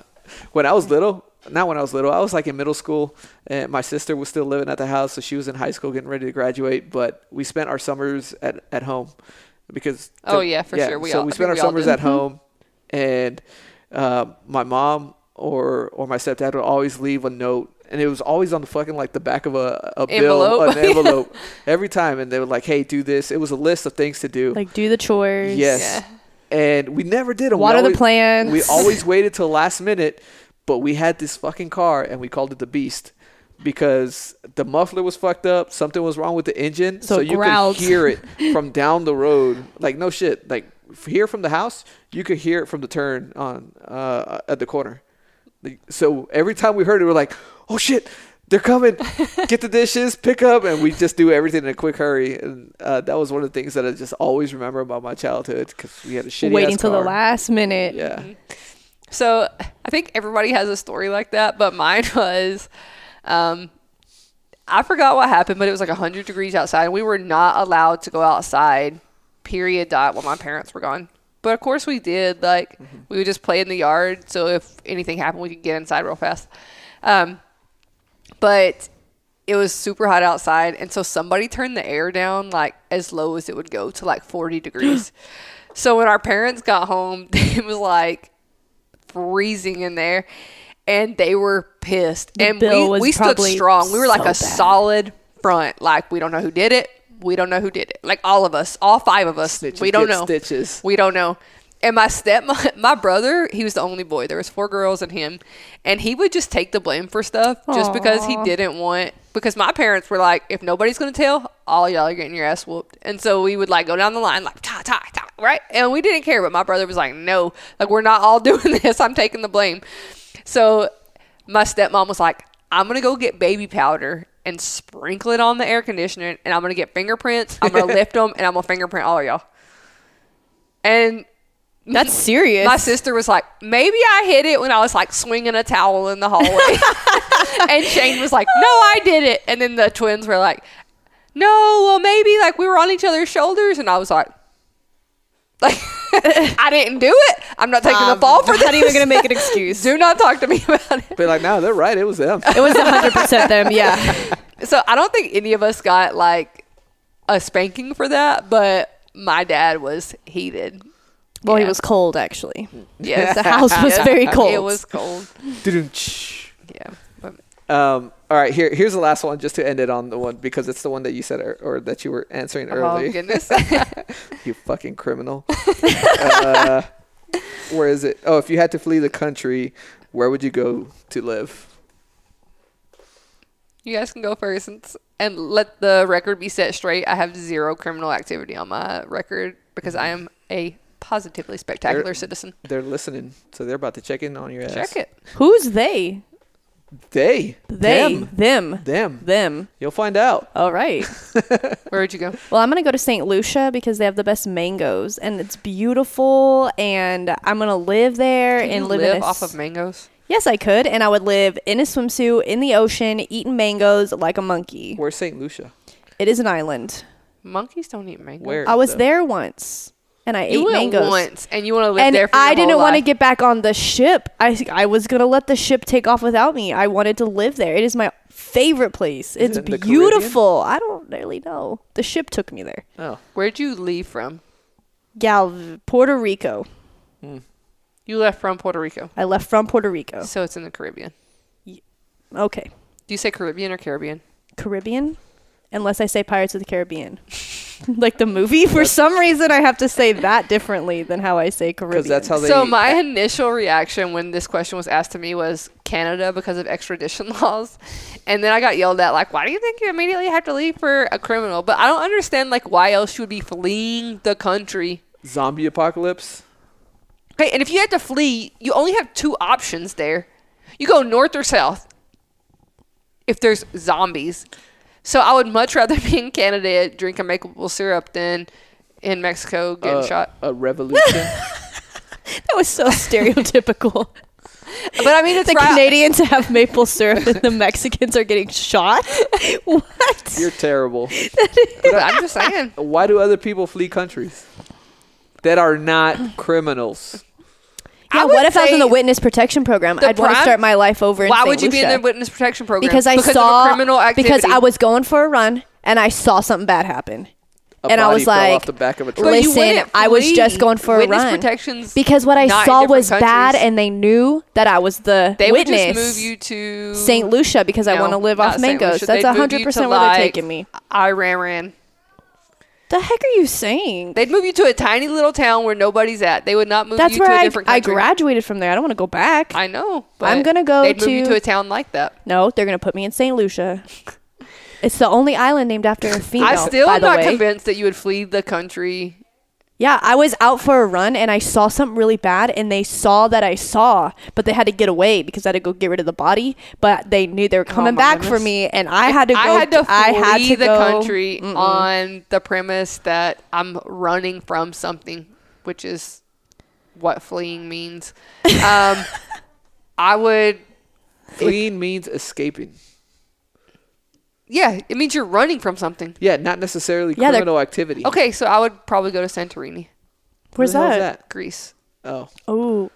A: when I was little, not when I was little, I was like in middle school, and my sister was still living at the house, so she was in high school getting ready to graduate. But we spent our summers at, at home because
B: Oh, yeah, for sure. We
A: so
B: all-
A: we
B: I
A: spent
B: think
A: our
B: we all
A: summers
B: did.
A: at home, and uh, my mom or or my stepdad would always leave a note. And it was always on the fucking like the back of a, a bill,
B: Envelope.
A: an envelope, every time. And they were like, "Hey, do this." It was a list of things to do.
C: Like do the chores.
A: Yes. And we never did them.
C: Water
A: we
C: the plants.
A: We always waited till last minute, but we had this fucking car and we called it the Beast. because the muffler was fucked up, something was wrong with the engine,
D: So
A: so,
D: it
A: you
D: growled.
A: could hear it from down the road. Like no shit, like f- here from the house, you could hear it from the turn on uh, at the corner. Like, So every time we heard it, we're like, "Oh shit, they're coming! Get the dishes, pick up!" And we just do everything in a quick hurry. And uh, that was one of the things that I just always remember about my childhood because we had a shitty
C: waiting
A: ass
C: till the
A: car.
C: last minute.
A: Yeah,
B: So I think everybody has a story like that, but mine was um, I forgot what happened, but it was like 100 degrees outside. And we were not allowed to go outside, period, dot, while my parents were gone. But of course we did. Like,
A: Mm-hmm.
B: we would just play in the yard. So if anything happened, we could get inside real fast. Um, but it was super hot outside and so somebody turned the air down like as low as it would go to like 40 degrees so when our parents got home it was like freezing in there and they were pissed and
C: bill
B: we,
C: was
B: we stood
C: probably
B: strong we were like
C: so
B: a
C: bad.
B: solid front like we don't know who did it we don't know who did it like all of us all five of us
A: Snitches
B: we don't
A: get
B: know
A: stitches.
B: we don't know. And my step, my, my brother, he was the only boy. There was four girls and him, and he would just take the blame for stuff just because he didn't want. Because my parents were like, if nobody's gonna tell, all y'all are getting your ass whooped. And so we would like go down the line like ta ta ta, right? And we didn't care. But my brother was like, no, like we're not all doing this. I'm taking the blame. So my stepmom was like, I'm gonna go get baby powder and sprinkle it on the air conditioner, and I'm gonna get fingerprints. I'm gonna lift them, and I'm gonna fingerprint all of y'all. And
D: That's serious.
B: my sister was like, maybe I hit it when I was like swinging a towel in the hallway. and Shane was like, no, I did it. And then the twins were like, no, well, maybe like we were on each other's shoulders. And I was like, like, I didn't do it. I'm not taking
C: Um,
B: the fall for this.
D: not even gonna make an excuse.
B: Do not talk to me about it.
A: but like, no, they're right. It was them.
D: It was 100% them, yeah.
B: So I don't think any of us got like a spanking for that, but my dad was heated.
C: Well,
B: Yeah.
C: he was cold actually.
B: Yes.
C: The house was
B: Yes.
C: very cold.
B: It was cold.
A: Doo-doo-tsh.
B: Yeah. But
A: Um, all right, here here's the last one, just to end it on the one because it's the one that you said or, or that you were answering early.
B: Oh goodness.
A: you fucking criminal. uh, where is it? Oh, if you had to flee the country, where would you go to live?
B: you guys can go first and, s- and let the record be set straight. I have zero criminal activity on my record because I am a positively spectacular
A: There-
B: citizen.
A: They're listening, so they're about to check in on your ass.
B: Check it.
C: Who's they?
A: They,
C: They.
A: them,
C: Them.
A: them.
C: Them.
A: You'll find out.
C: All right.
B: Where would you go?
C: Well, I'm going to go to St. Lucia because they have the best mangoes and it's beautiful and I'm going to live there
B: Can
C: and
B: you
C: live,
B: live
C: in a
B: off of
C: s-
B: mangoes.
C: Yes, I could and I would live in a swimsuit in the ocean eating mangoes like a monkey.
A: Where's Saint Lucia?
C: It is an island.
B: Monkeys don't eat mangoes.
A: Where?
C: I was
A: though?
C: there once and I
B: You
C: ate
B: went
C: mangoes.
B: once and you want to live
C: And
B: there for
C: I
B: your
C: didn't
B: whole
C: want to
B: life.
C: get back on the ship. I I was gonna let the ship take off without me. I wanted to live there. It is my favorite place.
A: Is
C: It's
A: it in the Caribbean?
C: beautiful. I don't really know. The ship took me there.
A: Oh,
B: Where'd you leave from?
C: Gal, Puerto Rico.
B: You left from Puerto Rico.
C: I left from Puerto Rico.
B: So it's in the Caribbean.
C: Okay,
B: Do you say Caribbean or Caribbean?
C: Caribbean. Unless I say Pirates of the Caribbean, like the movie. For some reason, I have to say that differently than how I say Caribbean.
A: because that's how they.
B: So my initial reaction when this question was asked to me was Canada because of extradition laws, and then I got yelled at like, "Why do you think you immediately have to leave for a criminal?" But I don't understand like why else you would be fleeing the country.
A: zombie apocalypse.
B: Okay, and if you had to flee, you only have two options there: you go north or south. If there's zombies, so I would much rather be in Canada drinking makeable syrup than in Mexico getting
A: uh,
B: shot.
A: A revolution.
C: that was so stereotypical.
B: But I mean, it's
C: the
B: right-
C: Canadians have maple syrup, and the Mexicans are getting shot. what?
A: You're terrible.
B: But I'm just saying.
A: Why do other people flee countries that are not criminals?
C: Yeah,
B: I
C: what
B: would
C: if I was in
B: say
C: the witness protection program?
B: the
C: I'd want to
B: prime-
C: start my life over. In
B: Why
C: St.
B: would you be in
C: Lucia.
B: the witness protection program?
C: Because I
B: of a
C: saw
B: criminal activity.
C: because I was going for a run and I saw something bad happen,
A: A
C: and I
A: body
C: was
A: fell
C: like,
A: off the back of a
B: But you
A: truck.
C: listen,
B: wouldn't
C: I was just
B: flee.
C: going for a
B: witness
C: run.
B: protections
C: because what I
B: not in
C: saw
B: different
C: was bad,
B: countries.
C: and they knew that I was the
B: they would
C: witness.
B: just move you to
C: St. Lucia because I
B: No,
C: want to live
B: not
C: off
B: St.
C: mangoes.
B: Lucia.
C: That's
B: They'd move you
C: hundred
B: to,
C: percent where they're
B: like,
C: taking me.
B: Iran, ran.
C: The heck are you saying?
B: They'd move you to a tiny little town where nobody's at. They would not move
C: That's
B: you
C: where
B: to a
C: I,
B: different
C: I
B: country.
C: graduated from there. I don't want to go back.
B: I know.
C: I'm
B: but
C: gonna go
B: They'd move you
C: to-
B: to a town like that.
C: no, they're gonna put me in Saint Lucia. It's the only island named after a female.
B: I still
C: by
B: am
C: the
B: not
C: way.
B: convinced that you would flee the country.
C: Yeah, I was out for a run and I saw something really bad and they saw that I saw, but they had to get away because I had to go get rid of the body, but they knew they were coming
B: my
C: back for
B: goodness.
C: me and I had to go
B: I had to flee
C: I had to
B: the
C: go-
B: country
C: Mm-hmm.
B: on the premise that I'm running from something, which is what fleeing means. Um, I would,
A: Fleeing means escaping.
B: yeah, it means you're running from something.
A: Yeah, not necessarily
C: Yeah, they're-
A: criminal activity.
B: Okay, so I would probably go to Santorini,
C: Where's
A: Where the hell is
C: that?
B: Greece.
A: Oh,
C: Oh.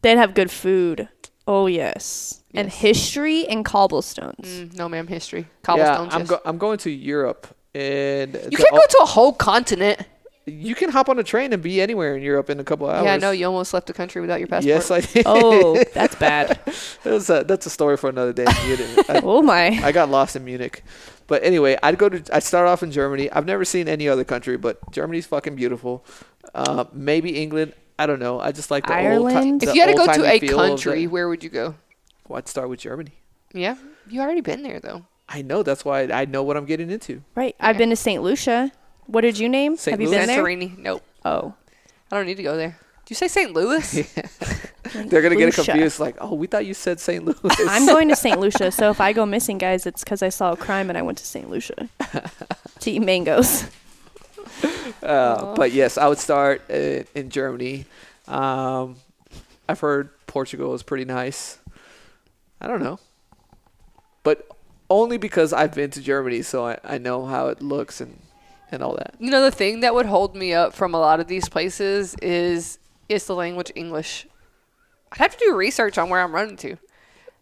C: They'd have good food. Oh yes. And history and cobblestones.
B: Mm, no, ma'am, history.
A: yeah.
B: Cobblestones.
A: I'm,
B: yes.
A: go- I'm going to Europe, and
B: you can't go to a whole continent.
A: you can hop on a train and be anywhere in Europe in a couple hours.
B: Yeah, I know. You almost left the country without your passport.
A: Yes, I did.
C: Oh, that's bad.
A: That was a, that's a story for another day. You didn't- I,
C: Oh my.
A: I got lost in Munich, but anyway, I'd go to. I'd start off in Germany. I've never seen any other country, but Germany's fucking beautiful. Uh, maybe England. I don't know. I just like the
C: Ireland?
A: Old ti-
B: if
A: the
B: you had to go to
A: old-timey
B: a
A: feel of
B: country,
A: the-
B: where would you go?
A: well, I'd start with Germany.
B: Yeah, you already been there though.
A: I know. That's why I, I know what I'm getting into.
C: Right. I've been to Saint Lucia. What did you name?
A: Saint
C: have you been there?
B: Santorini. Nope.
C: Oh.
B: I don't need to go there. Do you say St. Louis?
A: They're gonna get it
C: Lucia.
A: confused. Like, oh, we thought you said St. Louis.
C: I'm going to St. Lucia, so if I go missing, guys, it's because I saw a crime and I went to St. Lucia to eat mangoes.
A: Uh, but yes, I would start uh, in Germany. Um, I've heard Portugal is pretty nice. I don't know, but only because I've been to Germany, so I, I know how it looks and and all that.
B: you know, the thing that would hold me up from a lot of these places is is the language English. I'd have to do research on where I'm running to.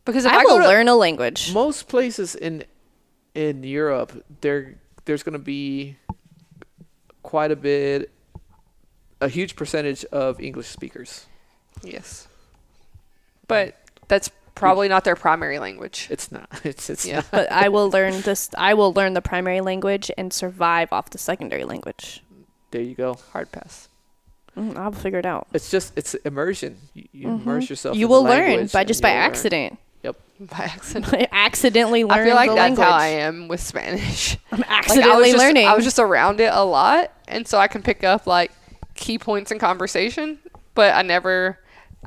B: Because if I,
C: I
B: go
C: will
B: to,
C: learn a language.
A: Most places in in Europe, there there's going to be quite a bit, a huge percentage of English speakers.
B: Yes. But that's probably not their primary language.
A: It's not. It's it's
B: Yeah.
A: not.
C: But I will learn this. I will learn the primary language and survive off the secondary language.
A: There you go.
B: Hard pass.
C: Mm, I'll figure it out.
A: It's just it's immersion. You, you immerse yourself.
C: Mm-hmm. You
A: in the
C: will learn
A: language
C: by
A: and
C: just by
A: you'll learn.
C: accident.
A: Yep.
B: By accident.
C: I accidentally learn
B: I feel like
C: the
B: that's
C: language.
B: how I am with Spanish.
C: am
B: Like,
C: accidentally
B: I was just,
C: learning.
B: I was just around it a lot, and so I can pick up like key points in conversation. But I never,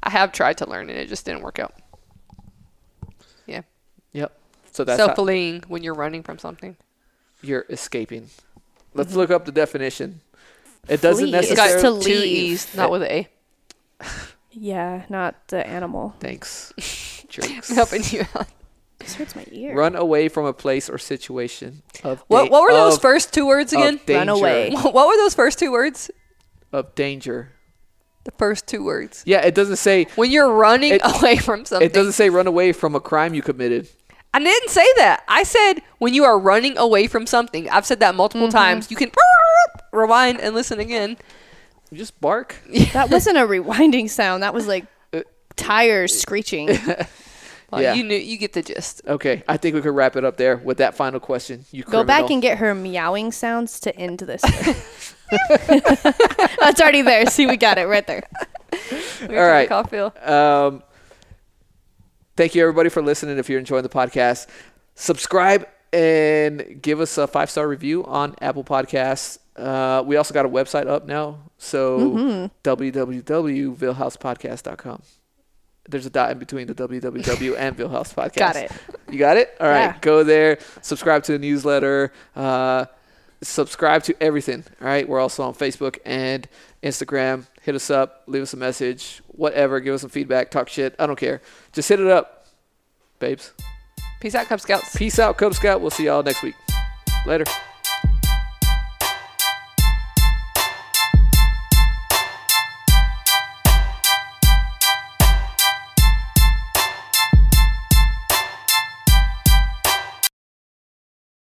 B: I have tried to learn, and it just didn't work out. Yeah,
A: Yep. So that's
B: so
A: how
B: fleeing when you're running from something.
A: you're escaping. Let's look up the definition. It doesn't
C: Mm-hmm. Flee is
B: It's got
A: necessarily.
C: to
B: two
C: leave.
B: e's, not with a.
C: yeah, not the animal.
A: Thanks. Jerks.
B: Helping you out.
C: This hurts my ear.
A: Run away from a place or situation of
B: What
A: da-
B: What were those
A: of-
B: first two words
A: of
B: again?
A: danger,
C: Run away.
B: What were those first two words?
A: Of danger.
B: The first two words.
A: Yeah, it doesn't say.
B: When you're running
A: It-
B: away from something.
A: It doesn't say run away from a crime you committed.
B: I didn't say that. I said when you are running away from something. I've said that multiple times. You can rewind and listen again.
A: You just bark.
C: That wasn't a rewinding sound. That was like
B: Uh,
C: tires screeching.
B: Well,
A: Yeah.
B: You knew you get the gist.
A: Okay, I think we could wrap it up there with that final question. You
C: Go back
A: criminal.
C: and get her meowing sounds to end this. That's already there. See, we got it right there.
B: All
A: All right.
B: Caulfield.
A: Um, thank you everybody for listening. If you're enjoying the podcast, subscribe and give us a five star review on Apple Podcasts. Uh, we also got a website up now, so
C: Mm-hmm.
A: www.villhousepodcast.com. There's a dot in between the www and Villhouse Podcast.
C: Got it.
A: You got it. All right,
C: Yeah.
A: go there. Subscribe to the newsletter. Uh, subscribe to everything. All right, we're also on Facebook and Instagram. Hit us up. Leave us a message. Whatever. Give us some feedback. Talk shit. I don't care. Just hit it up, babes.
B: Peace out, Cub Scouts.
A: Peace out, Cub Scout. We'll see y'all next week. Later.